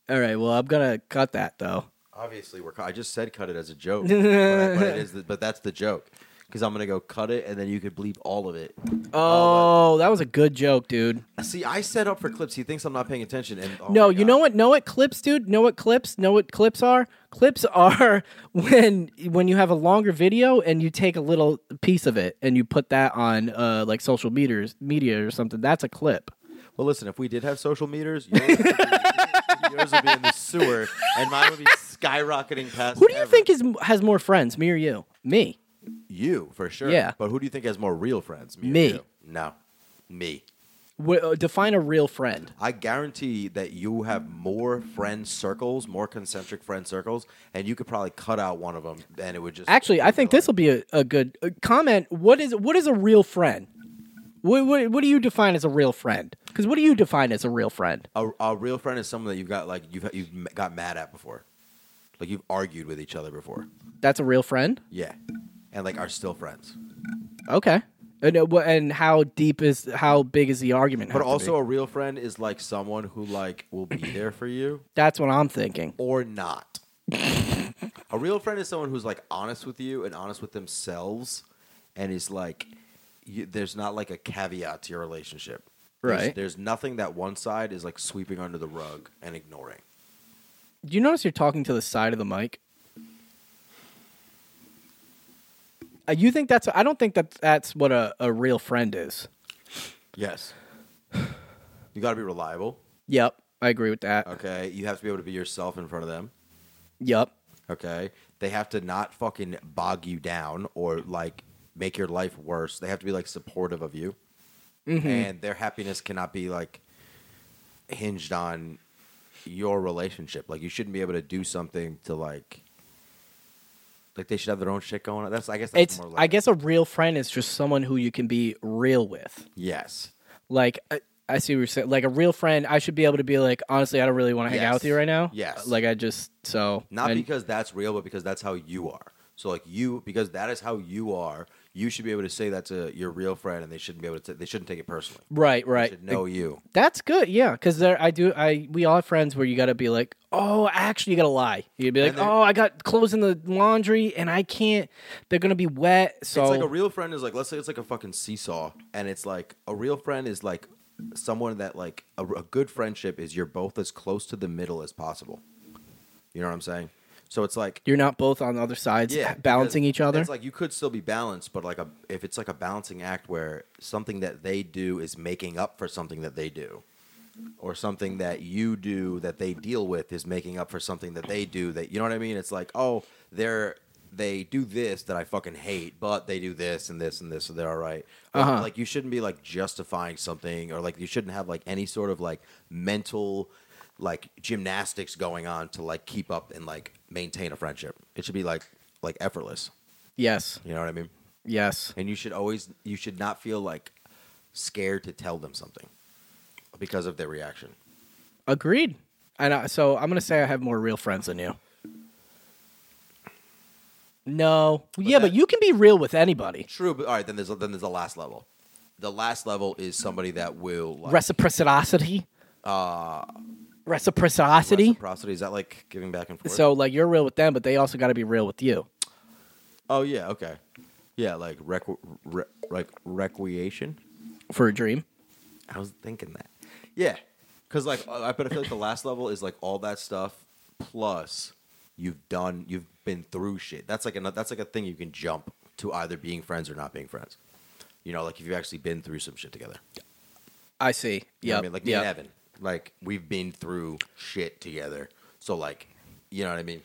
[SPEAKER 1] All right, well, I'm gonna cut that though.
[SPEAKER 2] Obviously, we're. cu- I just said cut it as a joke, but, I- but it is. The, but that's the joke because I'm gonna go cut it and then you could bleep all of it.
[SPEAKER 1] Oh, that was a good joke, dude.
[SPEAKER 2] See, I set up for clips. He thinks I'm not paying attention. And oh
[SPEAKER 1] no,
[SPEAKER 2] my
[SPEAKER 1] you
[SPEAKER 2] God.
[SPEAKER 1] know what? Know what clips, dude? Know what clips? Know what clips are? Clips are when when you have a longer video and you take a little piece of it and you put that on uh, like social meters, media or something. That's a clip.
[SPEAKER 2] Well, listen, if we did have social meters, yours would be, yours would be in the sewer, and mine would be skyrocketing past.
[SPEAKER 1] Who do you
[SPEAKER 2] ever.
[SPEAKER 1] think is has more friends, me or you? Me.
[SPEAKER 2] you for sure?
[SPEAKER 1] Yeah.
[SPEAKER 2] But who do you think has more real friends? or
[SPEAKER 1] Me.
[SPEAKER 2] you? No, me.
[SPEAKER 1] Wh- uh, define a real friend.
[SPEAKER 2] I guarantee that you have more friend circles, more concentric friend circles, and you could probably cut out one of them, and it would just
[SPEAKER 1] Actually, I think this will be a, a good uh comment. What is what is a real friend? What, what, what do you define as a real friend? Because what do you define as a real friend?
[SPEAKER 2] A, a real friend is someone that you've got like you've you've m- got mad at before, like you've argued with each other before.
[SPEAKER 1] That's a real friend.
[SPEAKER 2] Yeah, and like are still friends.
[SPEAKER 1] Okay. And, uh, wha- and how deep is how big is the argument?
[SPEAKER 2] But
[SPEAKER 1] have to
[SPEAKER 2] also,
[SPEAKER 1] be?
[SPEAKER 2] a real friend is like someone who like will be there for you
[SPEAKER 1] that's what I'm thinking.
[SPEAKER 2] or not. a real friend is someone who's like honest with you and honest with themselves, and is like, you, there's not like a caveat to your relationship. There's-
[SPEAKER 1] Right.
[SPEAKER 2] There's nothing that one side is like sweeping under the rug and ignoring.
[SPEAKER 1] Do you notice you're talking to the side of the mic? Uh, you think that's? I don't think that that's what a, a real friend is.
[SPEAKER 2] Yes. You got to be reliable.
[SPEAKER 1] Yep, I agree with that.
[SPEAKER 2] Okay. You have to be able to be yourself in front of them.
[SPEAKER 1] Yep,
[SPEAKER 2] Okay. They have to not fucking bog you down or like make your life worse. They have to be like supportive of you.
[SPEAKER 1] Mm-hmm.
[SPEAKER 2] And their happiness cannot be like hinged on your relationship. Like you shouldn't be able to do something to like like they should have their own shit going on. That's I guess that's
[SPEAKER 1] it's.
[SPEAKER 2] more like
[SPEAKER 1] I guess a real friend is just someone who you can be real with.
[SPEAKER 2] yes.
[SPEAKER 1] Like I, I see what you're saying. Like a real friend, I should be able to be like, honestly, I don't really want to hang out
[SPEAKER 2] Yes.
[SPEAKER 1] with you right now.
[SPEAKER 2] Yes.
[SPEAKER 1] Like I just so
[SPEAKER 2] Not
[SPEAKER 1] and-
[SPEAKER 2] because that's real, but because that's how you are. So like you because that is how you are, you should be able to say that to your real friend and they shouldn't be able to they shouldn't take it personally.
[SPEAKER 1] Right,
[SPEAKER 2] They
[SPEAKER 1] right.
[SPEAKER 2] should know you.
[SPEAKER 1] That's good, yeah. Because there, I do. I we all have friends where you got to be like, oh, actually, you got to lie. You'd be like,
[SPEAKER 2] And they-
[SPEAKER 1] oh, I got clothes in the laundry and I can't. They're gonna be wet. So
[SPEAKER 2] It's like a real friend is like, let's say it's like a fucking seesaw, and it's like a real friend is like someone that like a, a good friendship is you're both as close to the middle as possible. You know what I'm saying? So it's like
[SPEAKER 1] you're not both on the other sides,
[SPEAKER 2] yeah,
[SPEAKER 1] balancing
[SPEAKER 2] because
[SPEAKER 1] each other.
[SPEAKER 2] It's like you could still be balanced, but like a if it's like a balancing act where something that they do is making up for something that they do, or something that you do that they deal with is making up for something that they do that you know what I mean? It's like oh they're they do this that I fucking hate, but they do this and this and this, so they're all right. Like,
[SPEAKER 1] Uh-huh.
[SPEAKER 2] like you shouldn't be like justifying something, or like you shouldn't have like any sort of like mental like gymnastics going on to like keep up and like maintain a friendship. It should be like like effortless.
[SPEAKER 1] yes,
[SPEAKER 2] You know what I mean?
[SPEAKER 1] yes.
[SPEAKER 2] And you should always you should not feel like scared to tell them something because of their reaction.
[SPEAKER 1] Agreed. And I, so I'm gonna say I have more real friends than you. No, yeah, but
[SPEAKER 2] that-
[SPEAKER 1] you can be real with anybody.
[SPEAKER 2] True, but all right, then there's then there's a last level. The last level is somebody that will like
[SPEAKER 1] Reciprocity. Uh, reciprocity.
[SPEAKER 2] reciprocity. Is that like giving back and forth?
[SPEAKER 1] So like you're real with them, but they also got to be real with you.
[SPEAKER 2] oh yeah, okay, yeah, like rec, re, like recreation.
[SPEAKER 1] for a dream.
[SPEAKER 2] I was thinking that. Yeah, because like I but I feel like the last level is like all that stuff plus you've done you've been through shit. That's like another that's like a thing you can jump to either being friends or not being friends. You know, like if you've actually been through some shit together.
[SPEAKER 1] I see.
[SPEAKER 2] You know
[SPEAKER 1] Yeah.
[SPEAKER 2] what I mean, like me and Evan, like we've been through shit together. So like, you know what I mean?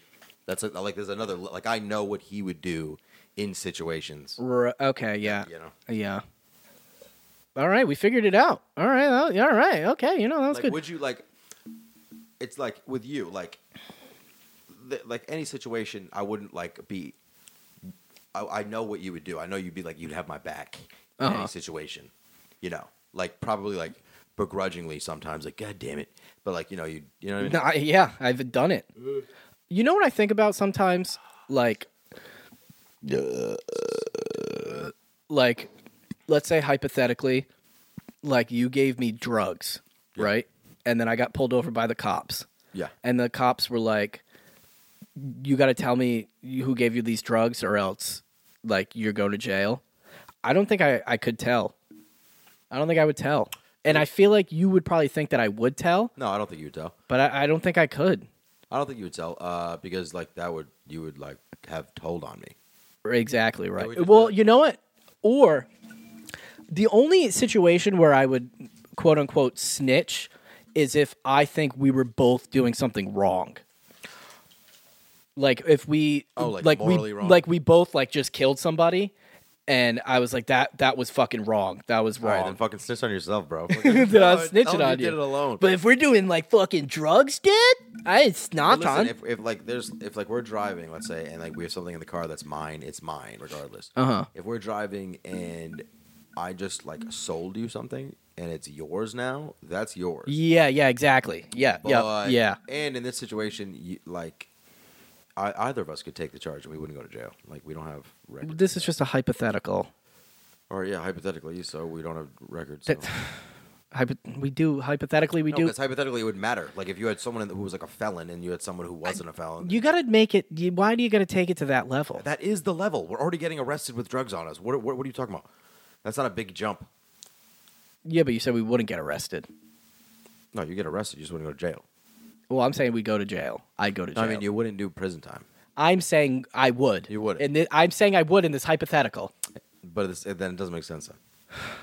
[SPEAKER 2] That's a, like there's another like I know what he would do in situations.
[SPEAKER 1] okay. Yeah.
[SPEAKER 2] You know.
[SPEAKER 1] Yeah. All right, we figured it out. All right. well, yeah, All right. Okay. You know that was
[SPEAKER 2] like
[SPEAKER 1] good.
[SPEAKER 2] would you like it's like with you like th- like any situation i wouldn't like be I, I know what you would do i know you'd be like you'd have my back in
[SPEAKER 1] Uh-huh.
[SPEAKER 2] any situation you know like probably like begrudgingly sometimes like god damn it but like you know you you know what I mean?
[SPEAKER 1] No, I- yeah, I've done it. You know what I think about sometimes, like, uh, like, let's say hypothetically, like you gave me drugs, right? And then I got pulled over by the cops.
[SPEAKER 2] yeah
[SPEAKER 1] and the cops were like you got to tell me who gave you these drugs or else like you're going to jail i don't think i, I could tell i don't think i would tell and i feel like you would probably think that i would tell
[SPEAKER 2] no i don't think you would tell
[SPEAKER 1] but i, I don't think i could
[SPEAKER 2] i don't think you would tell uh because like that would you would like have told on me
[SPEAKER 1] exactly right
[SPEAKER 2] we just
[SPEAKER 1] well
[SPEAKER 2] did.
[SPEAKER 1] you know what or the only situation where i would quote unquote snitch is if i think we were both doing something wrong like if we
[SPEAKER 2] Oh, like
[SPEAKER 1] we
[SPEAKER 2] morally wrong.
[SPEAKER 1] like we both like just killed somebody and i was like that that was fucking wrong that was
[SPEAKER 2] all right
[SPEAKER 1] wrong
[SPEAKER 2] then fucking snitch on yourself bro
[SPEAKER 1] Then I was
[SPEAKER 2] Tell
[SPEAKER 1] snitching
[SPEAKER 2] him
[SPEAKER 1] on
[SPEAKER 2] you did it alone
[SPEAKER 1] but if we're doing like fucking drugs dude i it's
[SPEAKER 2] Well,
[SPEAKER 1] not
[SPEAKER 2] listen,
[SPEAKER 1] on
[SPEAKER 2] if, if like there's if like we're driving, let's say, and like we have something in the car that's mine, it's mine regardless.
[SPEAKER 1] Uh-huh.
[SPEAKER 2] If we're driving and I just like sold you something and it's yours now, that's yours.
[SPEAKER 1] yeah yeah exactly yeah yeah
[SPEAKER 2] But-
[SPEAKER 1] yeah
[SPEAKER 2] And in this situation, you, like I,
[SPEAKER 1] Mm-hmm.
[SPEAKER 2] either of us could take the charge and we wouldn't go to jail. Like we don't have record.
[SPEAKER 1] this is just a hypothetical
[SPEAKER 2] Or yeah, hypothetically, so we don't have records.
[SPEAKER 1] That-
[SPEAKER 2] so.
[SPEAKER 1] Hypo- we do hypothetically we
[SPEAKER 2] No,
[SPEAKER 1] do.
[SPEAKER 2] because hypothetically it would matter. Like if you had someone in the- who was like a felon and you had someone who wasn't a felon.
[SPEAKER 1] You got to make it. You, why do you got to take it to that level?
[SPEAKER 2] that is the level. We're already getting arrested with drugs on us. What, what, what are you talking about? That's not a big jump.
[SPEAKER 1] yeah, but you said we wouldn't get arrested.
[SPEAKER 2] No, you get arrested. You just wouldn't go to jail.
[SPEAKER 1] Well, I'm saying we go to jail. I'd go to
[SPEAKER 2] No,
[SPEAKER 1] jail.
[SPEAKER 2] I mean, you wouldn't do prison time.
[SPEAKER 1] I'm saying I would.
[SPEAKER 2] You would.
[SPEAKER 1] And I'm saying I would in this hypothetical.
[SPEAKER 2] But it's, it, then it doesn't make sense. Then.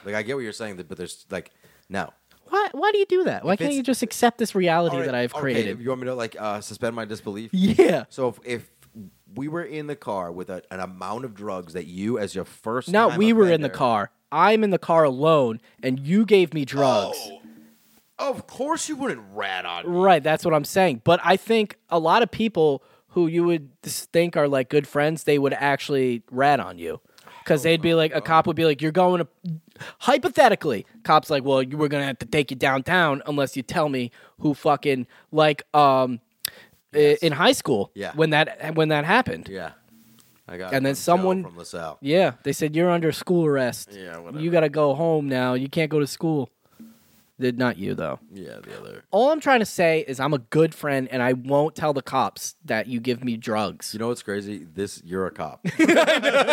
[SPEAKER 2] Like I get what you're saying, but there's like no.
[SPEAKER 1] Why? Why do you do that? Why
[SPEAKER 2] If
[SPEAKER 1] can't
[SPEAKER 2] it's-
[SPEAKER 1] you just accept this reality
[SPEAKER 2] All right,
[SPEAKER 1] that I've
[SPEAKER 2] okay,
[SPEAKER 1] created?
[SPEAKER 2] You want me to like uh, suspend my disbelief?
[SPEAKER 1] Yeah.
[SPEAKER 2] So if, if we were in the car with a, an amount of drugs that you, as your first,
[SPEAKER 1] Not
[SPEAKER 2] time
[SPEAKER 1] we were in the
[SPEAKER 2] offender-
[SPEAKER 1] car. I'm in the car alone, and you gave me drugs.
[SPEAKER 2] Of course, you wouldn't rat on. me.
[SPEAKER 1] Right, that's what I'm saying. But I think a lot of people who you would s- think are like good friends, they would actually rat on you. Because they'd be like, a cop would be like, you're going to, hypothetically, cop's like, well, you were going to have to take you downtown unless you tell me who fucking, like, um, i- in high school,
[SPEAKER 2] Yeah.
[SPEAKER 1] when that when that happened,
[SPEAKER 2] Yeah. I got.
[SPEAKER 1] And then
[SPEAKER 2] one Joe
[SPEAKER 1] someone-
[SPEAKER 2] from LaSalle.
[SPEAKER 1] Yeah, they said you're under school arrest.
[SPEAKER 3] Yeah,
[SPEAKER 1] you
[SPEAKER 3] whatever.
[SPEAKER 1] got to go home now. You can't go to school. Did not you though.
[SPEAKER 2] Yeah, the other.
[SPEAKER 1] All I'm trying to say is I'm a good friend and I won't tell the cops that you give me drugs.
[SPEAKER 2] You know what's crazy? This you're a cop.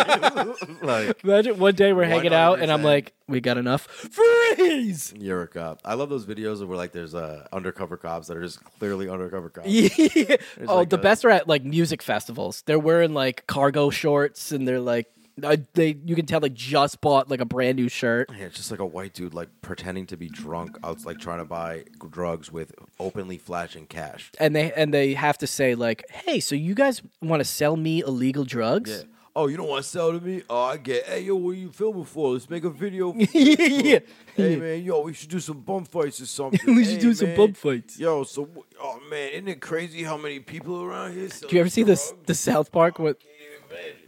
[SPEAKER 2] like
[SPEAKER 1] Imagine one day we're hanging out and I'm
[SPEAKER 2] 100%.
[SPEAKER 1] like, we got enough. Freeze!
[SPEAKER 2] you're a cop. I love those videos where like there's uh, undercover cops that are just clearly undercover cops.
[SPEAKER 1] Yeah. Oh,
[SPEAKER 2] like
[SPEAKER 1] the
[SPEAKER 2] a-
[SPEAKER 1] best are at like music festivals. They're wearing like cargo shorts and they're like, uh, they you can tell they just bought like a brand new shirt.
[SPEAKER 2] Yeah, it's just like a white dude like pretending to be drunk out like trying to buy drugs with openly flashing cash.
[SPEAKER 1] And they and they have to say like, hey, so you guys want to sell me illegal drugs?
[SPEAKER 2] Oh, you don't want to sell to me? Oh, I get. Hey, yo, what are you filming for? Let's make a video. for
[SPEAKER 1] yeah.
[SPEAKER 2] Hey man, yo, we should do some bump fights or something.
[SPEAKER 1] We should
[SPEAKER 2] Hey,
[SPEAKER 1] do some
[SPEAKER 2] man.
[SPEAKER 1] bump fights.
[SPEAKER 2] Yo, so wh- oh man, isn't it crazy how many people around here?
[SPEAKER 1] Do you ever see this the South Park with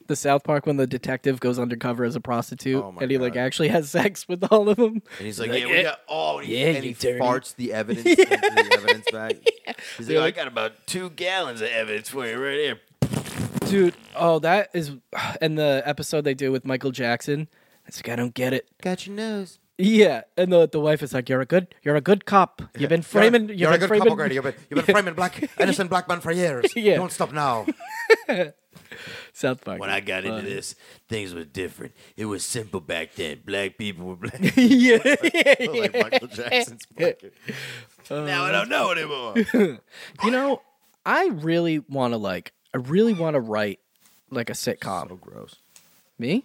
[SPEAKER 1] the South Park when the detective goes undercover as a prostitute
[SPEAKER 2] Oh my
[SPEAKER 1] and he like
[SPEAKER 2] God.
[SPEAKER 1] actually has sex with all of them?
[SPEAKER 2] And he's like, yeah, we got all.
[SPEAKER 1] yeah,
[SPEAKER 2] and he
[SPEAKER 1] you dirty.
[SPEAKER 2] farts the evidence into the evidence bag. He's
[SPEAKER 3] Dude, I
[SPEAKER 2] like,
[SPEAKER 3] got about two gallons of evidence for you right here.
[SPEAKER 1] Dude, oh that is and the episode they do with Michael Jackson. It's like I don't get it.
[SPEAKER 2] got your nose.
[SPEAKER 1] Yeah, and the the wife is like, "You're a good, you're a good cop. You've been framing,
[SPEAKER 2] You're a
[SPEAKER 1] have
[SPEAKER 2] good
[SPEAKER 1] been
[SPEAKER 2] cop
[SPEAKER 1] framing."
[SPEAKER 2] already. You've been, you've been framing black innocent black man for years.
[SPEAKER 1] Yeah.
[SPEAKER 2] Don't stop now.
[SPEAKER 1] South Park.
[SPEAKER 3] When I got into this, things were different. It was simple back then. Black people were black.
[SPEAKER 1] yeah,
[SPEAKER 3] like Michael Jackson's fucking.
[SPEAKER 1] Uh,
[SPEAKER 3] now I don't know anymore.
[SPEAKER 1] you know, I really want to like, I really want to write like a sitcom.
[SPEAKER 2] Oh, gross.
[SPEAKER 1] Me?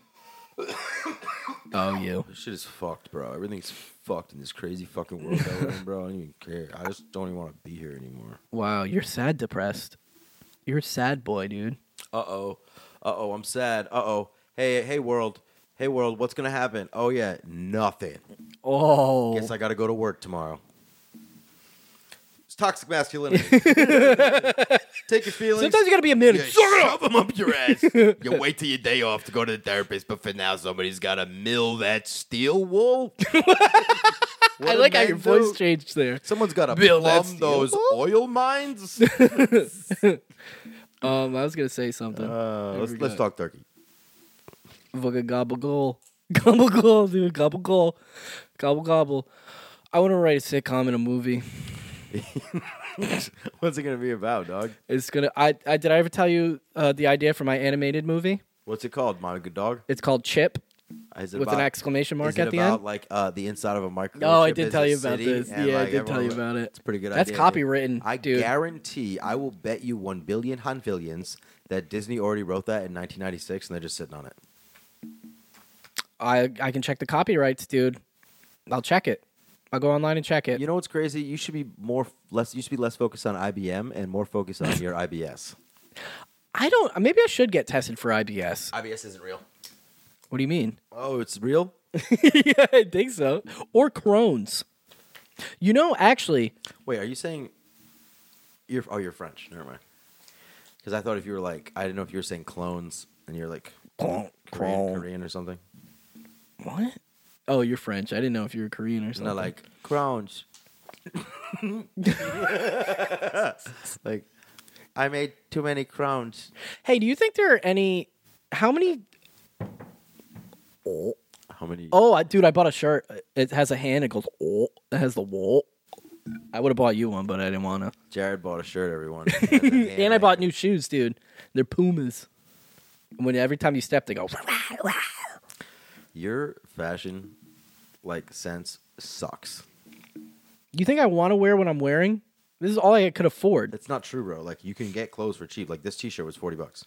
[SPEAKER 1] oh, you.
[SPEAKER 2] This shit is fucked, bro. Everything's fucked in this crazy fucking world that we're in, bro. I don't even care. I just don't even want to be here anymore.
[SPEAKER 1] Wow, you're sad, depressed. You're a sad boy, dude.
[SPEAKER 2] Uh oh. Uh oh. I'm sad. Uh oh. Hey, hey, world. Hey, world. What's gonna happen? Oh yeah, nothing.
[SPEAKER 1] Oh,
[SPEAKER 2] Guess I gotta go to work tomorrow. It's toxic masculinity. Take your feelings.
[SPEAKER 1] sometimes you gotta be a minute.
[SPEAKER 3] Yeah, shove them up your ass. You wait till your day off to go to the therapist, but for now, somebody's got to mill that steel wool.
[SPEAKER 2] What
[SPEAKER 1] I
[SPEAKER 2] a
[SPEAKER 1] like how your
[SPEAKER 2] man
[SPEAKER 1] voice
[SPEAKER 2] do.
[SPEAKER 1] changed there.
[SPEAKER 2] Someone's gotta
[SPEAKER 3] Bill, that's
[SPEAKER 2] plumb
[SPEAKER 3] the
[SPEAKER 2] those oil mines.
[SPEAKER 1] Um, I was gonna say something.
[SPEAKER 2] Uh, let's
[SPEAKER 1] we
[SPEAKER 2] let's
[SPEAKER 1] go.
[SPEAKER 2] talk turkey.
[SPEAKER 1] Fucking gobble goal. Gobble goal, dude. Gobble goal. Gobble gobble. I want to write a sitcom and a movie.
[SPEAKER 2] What's it gonna be about, dog?
[SPEAKER 1] It's gonna. I, I did I ever tell you uh, the idea for my animated movie?
[SPEAKER 2] What's it called, my good dog?
[SPEAKER 1] It's called Chip
[SPEAKER 2] Is it
[SPEAKER 1] with an
[SPEAKER 2] about-
[SPEAKER 1] exclamation mark
[SPEAKER 2] Is it
[SPEAKER 1] at the
[SPEAKER 2] about
[SPEAKER 1] end.
[SPEAKER 2] like uh, the inside of a microchip?
[SPEAKER 1] Oh, I did
[SPEAKER 2] is
[SPEAKER 1] tell
[SPEAKER 2] a
[SPEAKER 1] you about
[SPEAKER 2] city,
[SPEAKER 1] this.
[SPEAKER 2] and,
[SPEAKER 1] Yeah, I
[SPEAKER 2] like,
[SPEAKER 1] did tell you
[SPEAKER 2] everyone-
[SPEAKER 1] about it.
[SPEAKER 2] It's a pretty good.
[SPEAKER 1] That's
[SPEAKER 2] idea, dude.
[SPEAKER 1] copywritten,
[SPEAKER 2] I
[SPEAKER 1] dude.
[SPEAKER 2] guarantee. I will bet you one billion Hanfillions that Disney already wrote that in 1996, and they're just sitting on it.
[SPEAKER 1] I I can check the copyrights, dude. I'll check it. I'll go online and check it.
[SPEAKER 2] You know what's crazy? You should be more less. You should be less focused on IBM and more focused on your IBS.
[SPEAKER 1] I don't. Maybe I should get tested for IBS.
[SPEAKER 2] IBS isn't real.
[SPEAKER 1] What do you mean?
[SPEAKER 2] Oh, it's real.
[SPEAKER 1] yeah, I think so. Or Crohn's. You know, actually,
[SPEAKER 2] Wait, are you saying? You're oh, you're French. Never mind. Because I thought if you were like, I didn't know if you were saying clones, and you're like
[SPEAKER 1] Clone,
[SPEAKER 2] Korean,
[SPEAKER 1] clone.
[SPEAKER 2] Korean or something.
[SPEAKER 1] what? Oh, you're French. I didn't know if you were Korean or something.
[SPEAKER 2] No, like crowns. like, I made too many crowns.
[SPEAKER 1] hey, do you think there are any? How many?
[SPEAKER 2] How
[SPEAKER 3] How many?
[SPEAKER 1] Oh, I, dude, I bought a shirt. It has a hand. It goes. Oh, it has the wool. I would have bought you one, but I didn't want to.
[SPEAKER 3] Jared bought a shirt. Everyone.
[SPEAKER 1] And I bought new shoes, dude. They're Pumas. When every time you step, they go.
[SPEAKER 3] Your fashion, like sense, sucks.
[SPEAKER 1] You think I want to wear what I'm wearing? This is all I could afford.
[SPEAKER 3] That's not true, bro. Like you can get clothes for cheap. Like this T-shirt was forty bucks.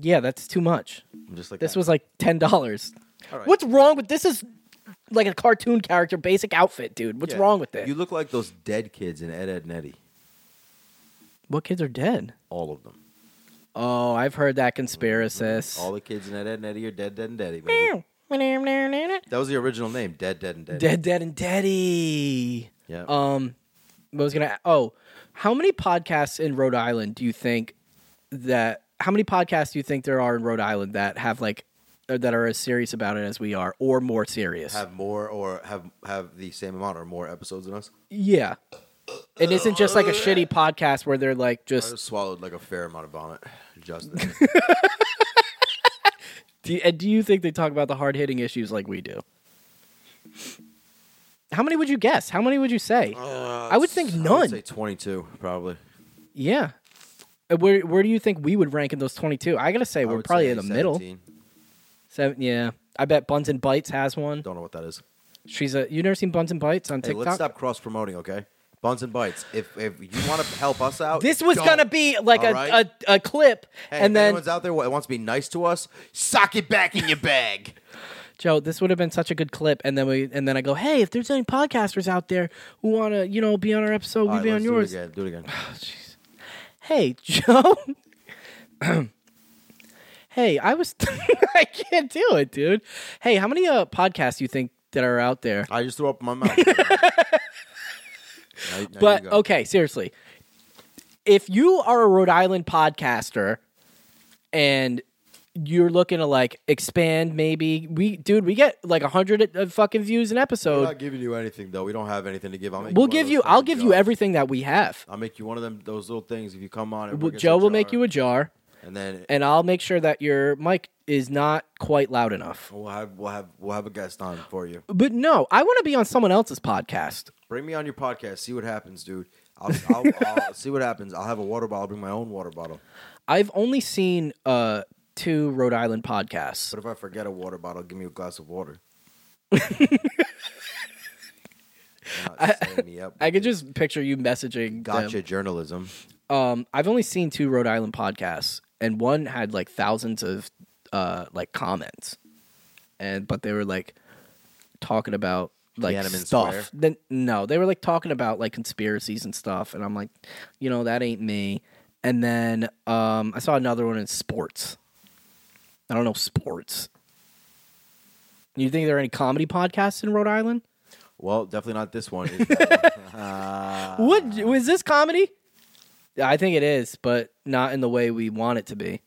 [SPEAKER 1] Yeah, that's too much.
[SPEAKER 3] I'm just like
[SPEAKER 1] This
[SPEAKER 3] that.
[SPEAKER 1] was like ten dollars.
[SPEAKER 3] All right.
[SPEAKER 1] What's wrong with this? Is like a cartoon character basic outfit, dude. What's
[SPEAKER 3] Yeah.
[SPEAKER 1] wrong with it?
[SPEAKER 3] You look like those dead kids in Ed Ed and Eddie.
[SPEAKER 1] what kids are dead?
[SPEAKER 3] All of them.
[SPEAKER 1] Oh, I've heard that conspiracist.
[SPEAKER 3] All the kids in Ed Ed and Eddie are dead, dead, and dead. baby. That was the original name, Dead, Dead, and Dead.
[SPEAKER 1] Dead, dead, and deady.
[SPEAKER 3] Yeah.
[SPEAKER 1] Um, what was gonna? Oh, how many podcasts in Rhode Island do you think that? How many podcasts do you think there are in Rhode Island that have like uh, that are as serious about it as we are, or more serious?
[SPEAKER 3] have more or have have the same amount or more episodes than us.
[SPEAKER 1] yeah, it isn't just like a shitty podcast where they're like
[SPEAKER 3] I
[SPEAKER 1] just.
[SPEAKER 3] just swallowed like a fair amount of vomit. Just then.
[SPEAKER 1] Do you, and do you think they talk about the hard hitting issues like we do? How many would you guess? How many would you say? I would think
[SPEAKER 3] Uh, I would
[SPEAKER 1] none.
[SPEAKER 3] say twenty-two probably.
[SPEAKER 1] Yeah. Uh, Where where do you think we would rank in those 22? I got to say
[SPEAKER 3] I
[SPEAKER 1] we're
[SPEAKER 3] would
[SPEAKER 1] probably
[SPEAKER 3] say
[SPEAKER 1] in the middle.
[SPEAKER 3] 17.
[SPEAKER 1] Seven, yeah. I bet Buns and Bites has one.
[SPEAKER 3] Don't know what that is.
[SPEAKER 1] She's a you never seen Buns and Bites on
[SPEAKER 3] Hey,
[SPEAKER 1] TikTok?
[SPEAKER 3] let's stop cross promoting, okay? Buns and bites. If if you want to help us out,
[SPEAKER 1] This was
[SPEAKER 3] don't.
[SPEAKER 1] going to be like a,
[SPEAKER 3] All right.
[SPEAKER 1] a a clip
[SPEAKER 3] Hey,
[SPEAKER 1] and
[SPEAKER 3] if
[SPEAKER 1] then
[SPEAKER 3] anyone's out there that wants to be nice to us,
[SPEAKER 2] Sock it back in your bag.
[SPEAKER 1] Joe, this would have been such a good clip and then we and then I go, "Hey, if there's any podcasters out there who want to, you know, be on our episode,
[SPEAKER 3] All
[SPEAKER 1] we
[SPEAKER 3] right,
[SPEAKER 1] be on
[SPEAKER 3] let's
[SPEAKER 1] yours."
[SPEAKER 3] Do it again. Do it again.
[SPEAKER 1] Hey, Joe. hey, I was I can't do it, dude. Hey, how many uh podcasts do you think that are out there?
[SPEAKER 3] I just threw up in my mouth. Now- now you
[SPEAKER 1] But
[SPEAKER 3] go.
[SPEAKER 1] okay, seriously. If you are a Rhode Island podcaster and you're looking to like expand maybe we dude we get like a hundred uh, fucking views an
[SPEAKER 3] we're
[SPEAKER 1] episode
[SPEAKER 3] not giving you anything though. We don't have anything to give. I'll make
[SPEAKER 1] we'll
[SPEAKER 3] one of
[SPEAKER 1] give
[SPEAKER 3] those
[SPEAKER 1] you i'll
[SPEAKER 3] fucking
[SPEAKER 1] give you
[SPEAKER 3] jars.
[SPEAKER 1] everything that we have
[SPEAKER 3] I'll make you one of them those little things if you come on. And
[SPEAKER 1] Well, joe will make you
[SPEAKER 3] a
[SPEAKER 1] a jar
[SPEAKER 3] and then
[SPEAKER 1] and i'll make sure that your mic is not quite loud enough
[SPEAKER 3] we'll have we'll have we'll have a guest on for you.
[SPEAKER 1] but no i want to be on someone else's podcast
[SPEAKER 3] Bring me on your podcast. See what happens, dude. I'll, I'll, I'll see what happens. I'll have a water bottle. I'll bring my own water bottle.
[SPEAKER 1] i've only seen uh two rhode island podcasts
[SPEAKER 3] But if I forget a water bottle, give me a glass of water. Not setting me up.
[SPEAKER 1] i could just picture you messaging them.
[SPEAKER 3] gotcha journalism.
[SPEAKER 1] um, I've only seen two Rhode Island podcasts, and one had like thousands of uh, like comments, and but they were like talking about like
[SPEAKER 3] Tiananmen Square?
[SPEAKER 1] stuff. Then no, they were like talking about like conspiracies and stuff, and I'm like, you know, that ain't me. And then um, I saw another one in sports. I don't know sports. You think there are any comedy podcasts in Rhode Island?
[SPEAKER 3] Well, definitely not this one. It's that one.
[SPEAKER 1] What was this comedy? I think it is, but not in the way we want it to be.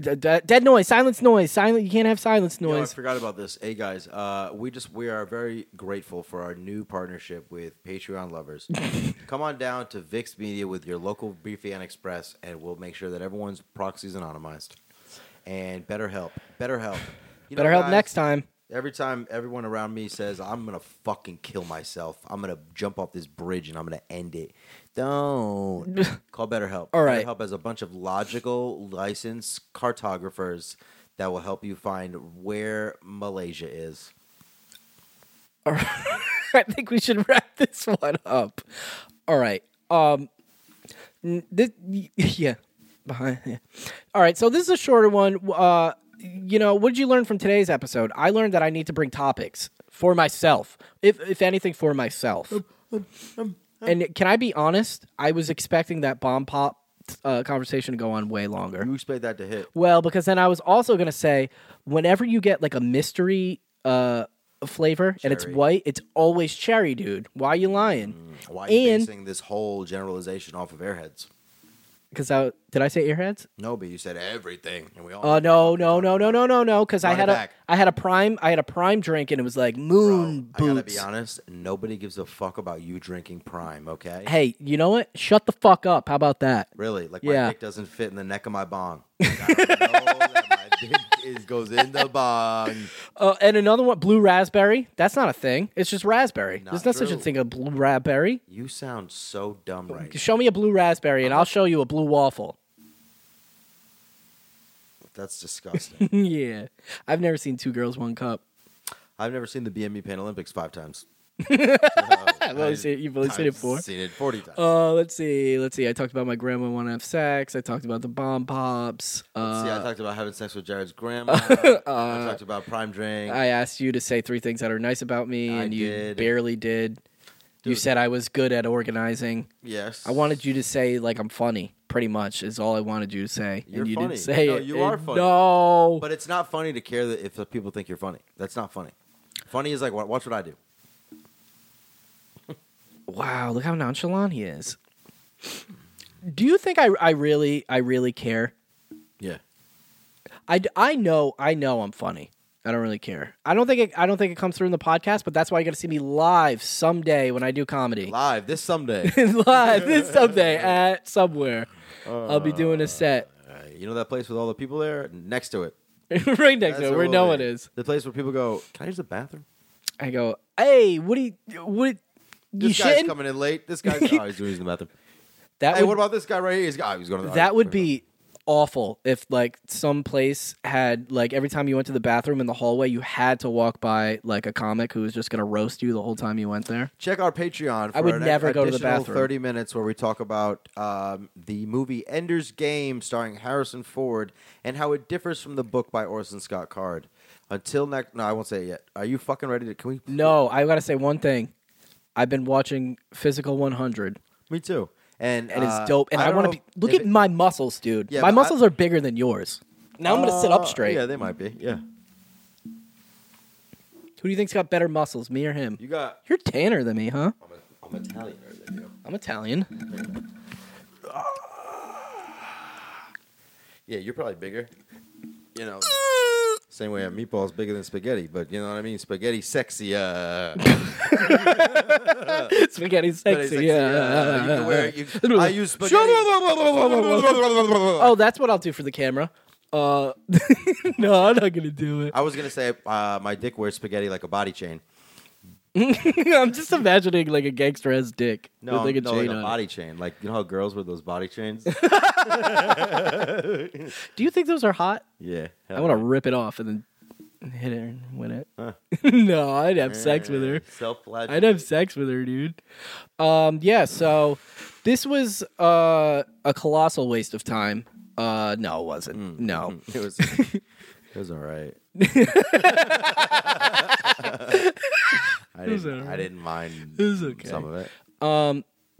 [SPEAKER 1] D- d- dead noise, silence noise, silent. You can't have silence
[SPEAKER 3] You know, I
[SPEAKER 1] noise.
[SPEAKER 3] forgot about this. Hey guys, uh, we just we are very grateful for our new partnership with Patreon lovers. Come on down to Vix Media with your local Beefy and Express, and we'll make sure that everyone's proxy is anonymized. And BetterHelp, BetterHelp, You know,
[SPEAKER 1] Better help
[SPEAKER 3] guys,
[SPEAKER 1] next time.
[SPEAKER 3] Every time everyone around me says I'm gonna fucking kill myself, I'm gonna jump off this bridge and I'm gonna end it. Don't call BetterHelp.
[SPEAKER 1] All right.
[SPEAKER 3] BetterHelp has a bunch of logical, licensed cartographers that will help you find where Malaysia is.
[SPEAKER 1] I think we should wrap this one up. All right. Um. n- This yeah. Behind. Yeah. All right. So this is a shorter one. Uh. You know what did you learn from today's episode? I learned that I need to bring topics for myself, if if anything for myself. And can I be honest? I was expecting that bomb pop uh, conversation to go on way longer.
[SPEAKER 3] You expect that to hit?
[SPEAKER 1] Well, because then I was also going to say, whenever you get like a mystery uh, flavor and it's
[SPEAKER 3] Cherry. Mm,
[SPEAKER 1] white, it's always cherry, dude. Why you lying?
[SPEAKER 3] Why are you
[SPEAKER 1] And-
[SPEAKER 3] basing this whole generalization off of airheads?
[SPEAKER 1] Because I did I say earheads?
[SPEAKER 3] No, but you said everything, and we all.
[SPEAKER 1] Oh no, no, no, no, no, no, no. Because I
[SPEAKER 3] Run it
[SPEAKER 1] had a
[SPEAKER 3] back.
[SPEAKER 1] I had a prime I had a prime drink and it was like
[SPEAKER 3] Bro,
[SPEAKER 1] moon
[SPEAKER 3] I gotta
[SPEAKER 1] boots.
[SPEAKER 3] be honest. Nobody gives a fuck about you drinking Prime, okay?
[SPEAKER 1] Hey, you know what? Shut the fuck up. How about that?
[SPEAKER 3] Really? Like
[SPEAKER 1] Yeah.
[SPEAKER 3] my dick doesn't fit in the neck of my bong. Like, I don't know that dick is, goes in the bong.
[SPEAKER 1] Uh, and another one, blue raspberry. That's not a thing. It's just raspberry.
[SPEAKER 3] Not
[SPEAKER 1] There's not such a
[SPEAKER 3] true.
[SPEAKER 1] thing as a blue raspberry.
[SPEAKER 3] You sound so dumb right now.
[SPEAKER 1] Show me a blue raspberry, and I'll show you a blue waffle.
[SPEAKER 3] That's disgusting.
[SPEAKER 1] yeah, I've never seen two girls, one cup.
[SPEAKER 3] I've never seen the BME Pan Olympics five times.
[SPEAKER 1] I've only seen, you've only seen
[SPEAKER 3] I've
[SPEAKER 1] it four.
[SPEAKER 3] Seen it forty times.
[SPEAKER 1] Uh, let's see, let's see. I talked about my grandma wanting to have sex. I talked about the bomb pops. Uh,
[SPEAKER 3] See, I talked about having sex with Jared's grandma. I talked about prime drink.
[SPEAKER 1] I asked you to say three things that are nice about me,
[SPEAKER 3] I
[SPEAKER 1] and you
[SPEAKER 3] did.
[SPEAKER 1] barely did. You
[SPEAKER 3] Dude.
[SPEAKER 1] said I was good at organizing.
[SPEAKER 3] yes,
[SPEAKER 1] I wanted you to say like I'm funny. Pretty much is all I wanted you to say.
[SPEAKER 3] You're
[SPEAKER 1] and you
[SPEAKER 3] funny.
[SPEAKER 1] didn't say
[SPEAKER 3] No,
[SPEAKER 1] it.
[SPEAKER 3] you are
[SPEAKER 1] And
[SPEAKER 3] funny.
[SPEAKER 1] No,
[SPEAKER 3] But it's not funny to care that if the people think you're funny. That's not funny. Funny is like, wa- watch what I do.
[SPEAKER 1] wow, look how nonchalant he is. Do you think I, I really I really care?
[SPEAKER 3] Yeah.
[SPEAKER 1] I, d- I know I know I'm funny. I don't really care. I don't think it, I don't think it comes through in the podcast, but that's why you got to see me live someday when I do comedy.
[SPEAKER 3] Live this someday.
[SPEAKER 1] live this someday at somewhere. I'll be doing a set
[SPEAKER 3] Uh, you know that place with all the people there? Next to it.
[SPEAKER 1] right next to
[SPEAKER 3] That's
[SPEAKER 1] it where
[SPEAKER 3] all
[SPEAKER 1] no
[SPEAKER 3] it
[SPEAKER 1] one is.
[SPEAKER 3] The place where people go, can I use the bathroom?
[SPEAKER 1] I go, hey, what do you what? You
[SPEAKER 3] This guy's
[SPEAKER 1] shitting?
[SPEAKER 3] coming in late. This guy's oh, he's using the bathroom.
[SPEAKER 1] That
[SPEAKER 3] Hey,
[SPEAKER 1] would,
[SPEAKER 3] what about this guy right here? He's, oh, he's going to the
[SPEAKER 1] that would be awful if like some place had like every time you went to the bathroom in the hallway you had to walk by like a comic who was just gonna roast you the whole time you went there.
[SPEAKER 3] Check our Patreon. For
[SPEAKER 1] I would
[SPEAKER 3] an
[SPEAKER 1] never go to the
[SPEAKER 3] additional
[SPEAKER 1] bathroom.
[SPEAKER 3] Thirty minutes where we talk about um, the movie Ender's Game, starring Harrison Ford, and how it differs from the book by Orson Scott Card. Until next, no, I won't say it yet. Are you fucking ready to? Can we?
[SPEAKER 1] No, I gotta say one thing. I've been watching Physical 100,
[SPEAKER 3] Me too. And
[SPEAKER 1] and
[SPEAKER 3] uh,
[SPEAKER 1] it's dope. And I,
[SPEAKER 3] don't
[SPEAKER 1] want
[SPEAKER 3] know
[SPEAKER 1] to be look
[SPEAKER 3] if
[SPEAKER 1] at
[SPEAKER 3] it-
[SPEAKER 1] my muscles, dude.
[SPEAKER 3] Yeah,
[SPEAKER 1] my
[SPEAKER 3] but I-
[SPEAKER 1] muscles are bigger than yours. Now I'm gonna sit
[SPEAKER 3] Uh,
[SPEAKER 1] up straight.
[SPEAKER 3] Yeah, they might be. Yeah,
[SPEAKER 1] Who do you think's got better muscles, me or him?
[SPEAKER 3] you got.
[SPEAKER 1] You're tanner than me, huh?
[SPEAKER 3] I'm, a, I'm Italian. Right there,
[SPEAKER 1] I'm Italian.
[SPEAKER 3] yeah, you're probably bigger. You know, same way a meatball's bigger than spaghetti, but you know what I mean. Spaghetti sexy. Uh,
[SPEAKER 1] Spaghetti's
[SPEAKER 3] spaghetti
[SPEAKER 1] sexy. yeah.
[SPEAKER 3] uh, you can wear- you- I use spaghetti.
[SPEAKER 1] Oh, that's what I'll do for the camera. Uh, no, I'm not gonna do it.
[SPEAKER 3] I was gonna say uh, my dick wears spaghetti like a body chain.
[SPEAKER 1] I'm just imagining like a gangster has dick
[SPEAKER 3] No,
[SPEAKER 1] with like a
[SPEAKER 3] no,
[SPEAKER 1] chain
[SPEAKER 3] like a
[SPEAKER 1] on. it.
[SPEAKER 3] body chain. Like you know how girls wear those body chains?
[SPEAKER 1] Do you think those are hot?
[SPEAKER 3] yeah.
[SPEAKER 1] I want to rip it off and then hit her and win it.
[SPEAKER 3] Huh.
[SPEAKER 1] no, I'd have sex with her.
[SPEAKER 3] Self
[SPEAKER 1] I'd have sex with her, dude. Um, yeah, so this was uh, a colossal waste of time. Uh, no, it wasn't.
[SPEAKER 3] Mm,
[SPEAKER 1] No.
[SPEAKER 3] It was. It was all right. I
[SPEAKER 1] was
[SPEAKER 3] didn't.
[SPEAKER 1] all
[SPEAKER 3] I
[SPEAKER 1] right.
[SPEAKER 3] didn't mind
[SPEAKER 1] was okay.
[SPEAKER 3] some of it.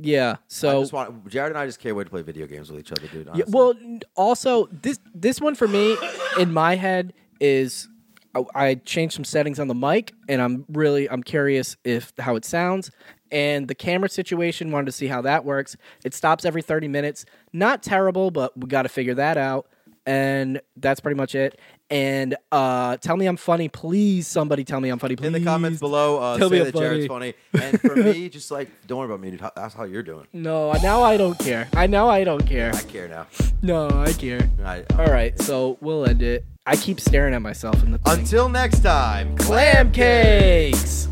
[SPEAKER 1] Yeah,
[SPEAKER 3] I
[SPEAKER 1] so
[SPEAKER 3] just want Jared and I just can't wait to play video games with each other, dude.
[SPEAKER 1] Yeah,
[SPEAKER 3] honestly.
[SPEAKER 1] well, n- also this this one for me in my head is I, I changed some settings on the mic, and I'm really I'm curious if how it sounds and the camera situation. Wanted to see how that works. It stops every 30 minutes. Not terrible, but we got to figure that out. And that's pretty much it. And uh, tell me I'm funny, please. Somebody tell me I'm funny, please.
[SPEAKER 3] in the comments below, uh,
[SPEAKER 1] Tell
[SPEAKER 3] say
[SPEAKER 1] me
[SPEAKER 3] that
[SPEAKER 1] I'm
[SPEAKER 3] Jared's funny. And for me, just like don't worry about me, dude. How- That's how you're doing.
[SPEAKER 1] No, now I don't care. I now I don't care.
[SPEAKER 3] I care now.
[SPEAKER 1] No, I care.
[SPEAKER 3] I,
[SPEAKER 1] All right, so we'll end it. I keep staring at myself in the thing.
[SPEAKER 3] Until next time.
[SPEAKER 1] clam cakes.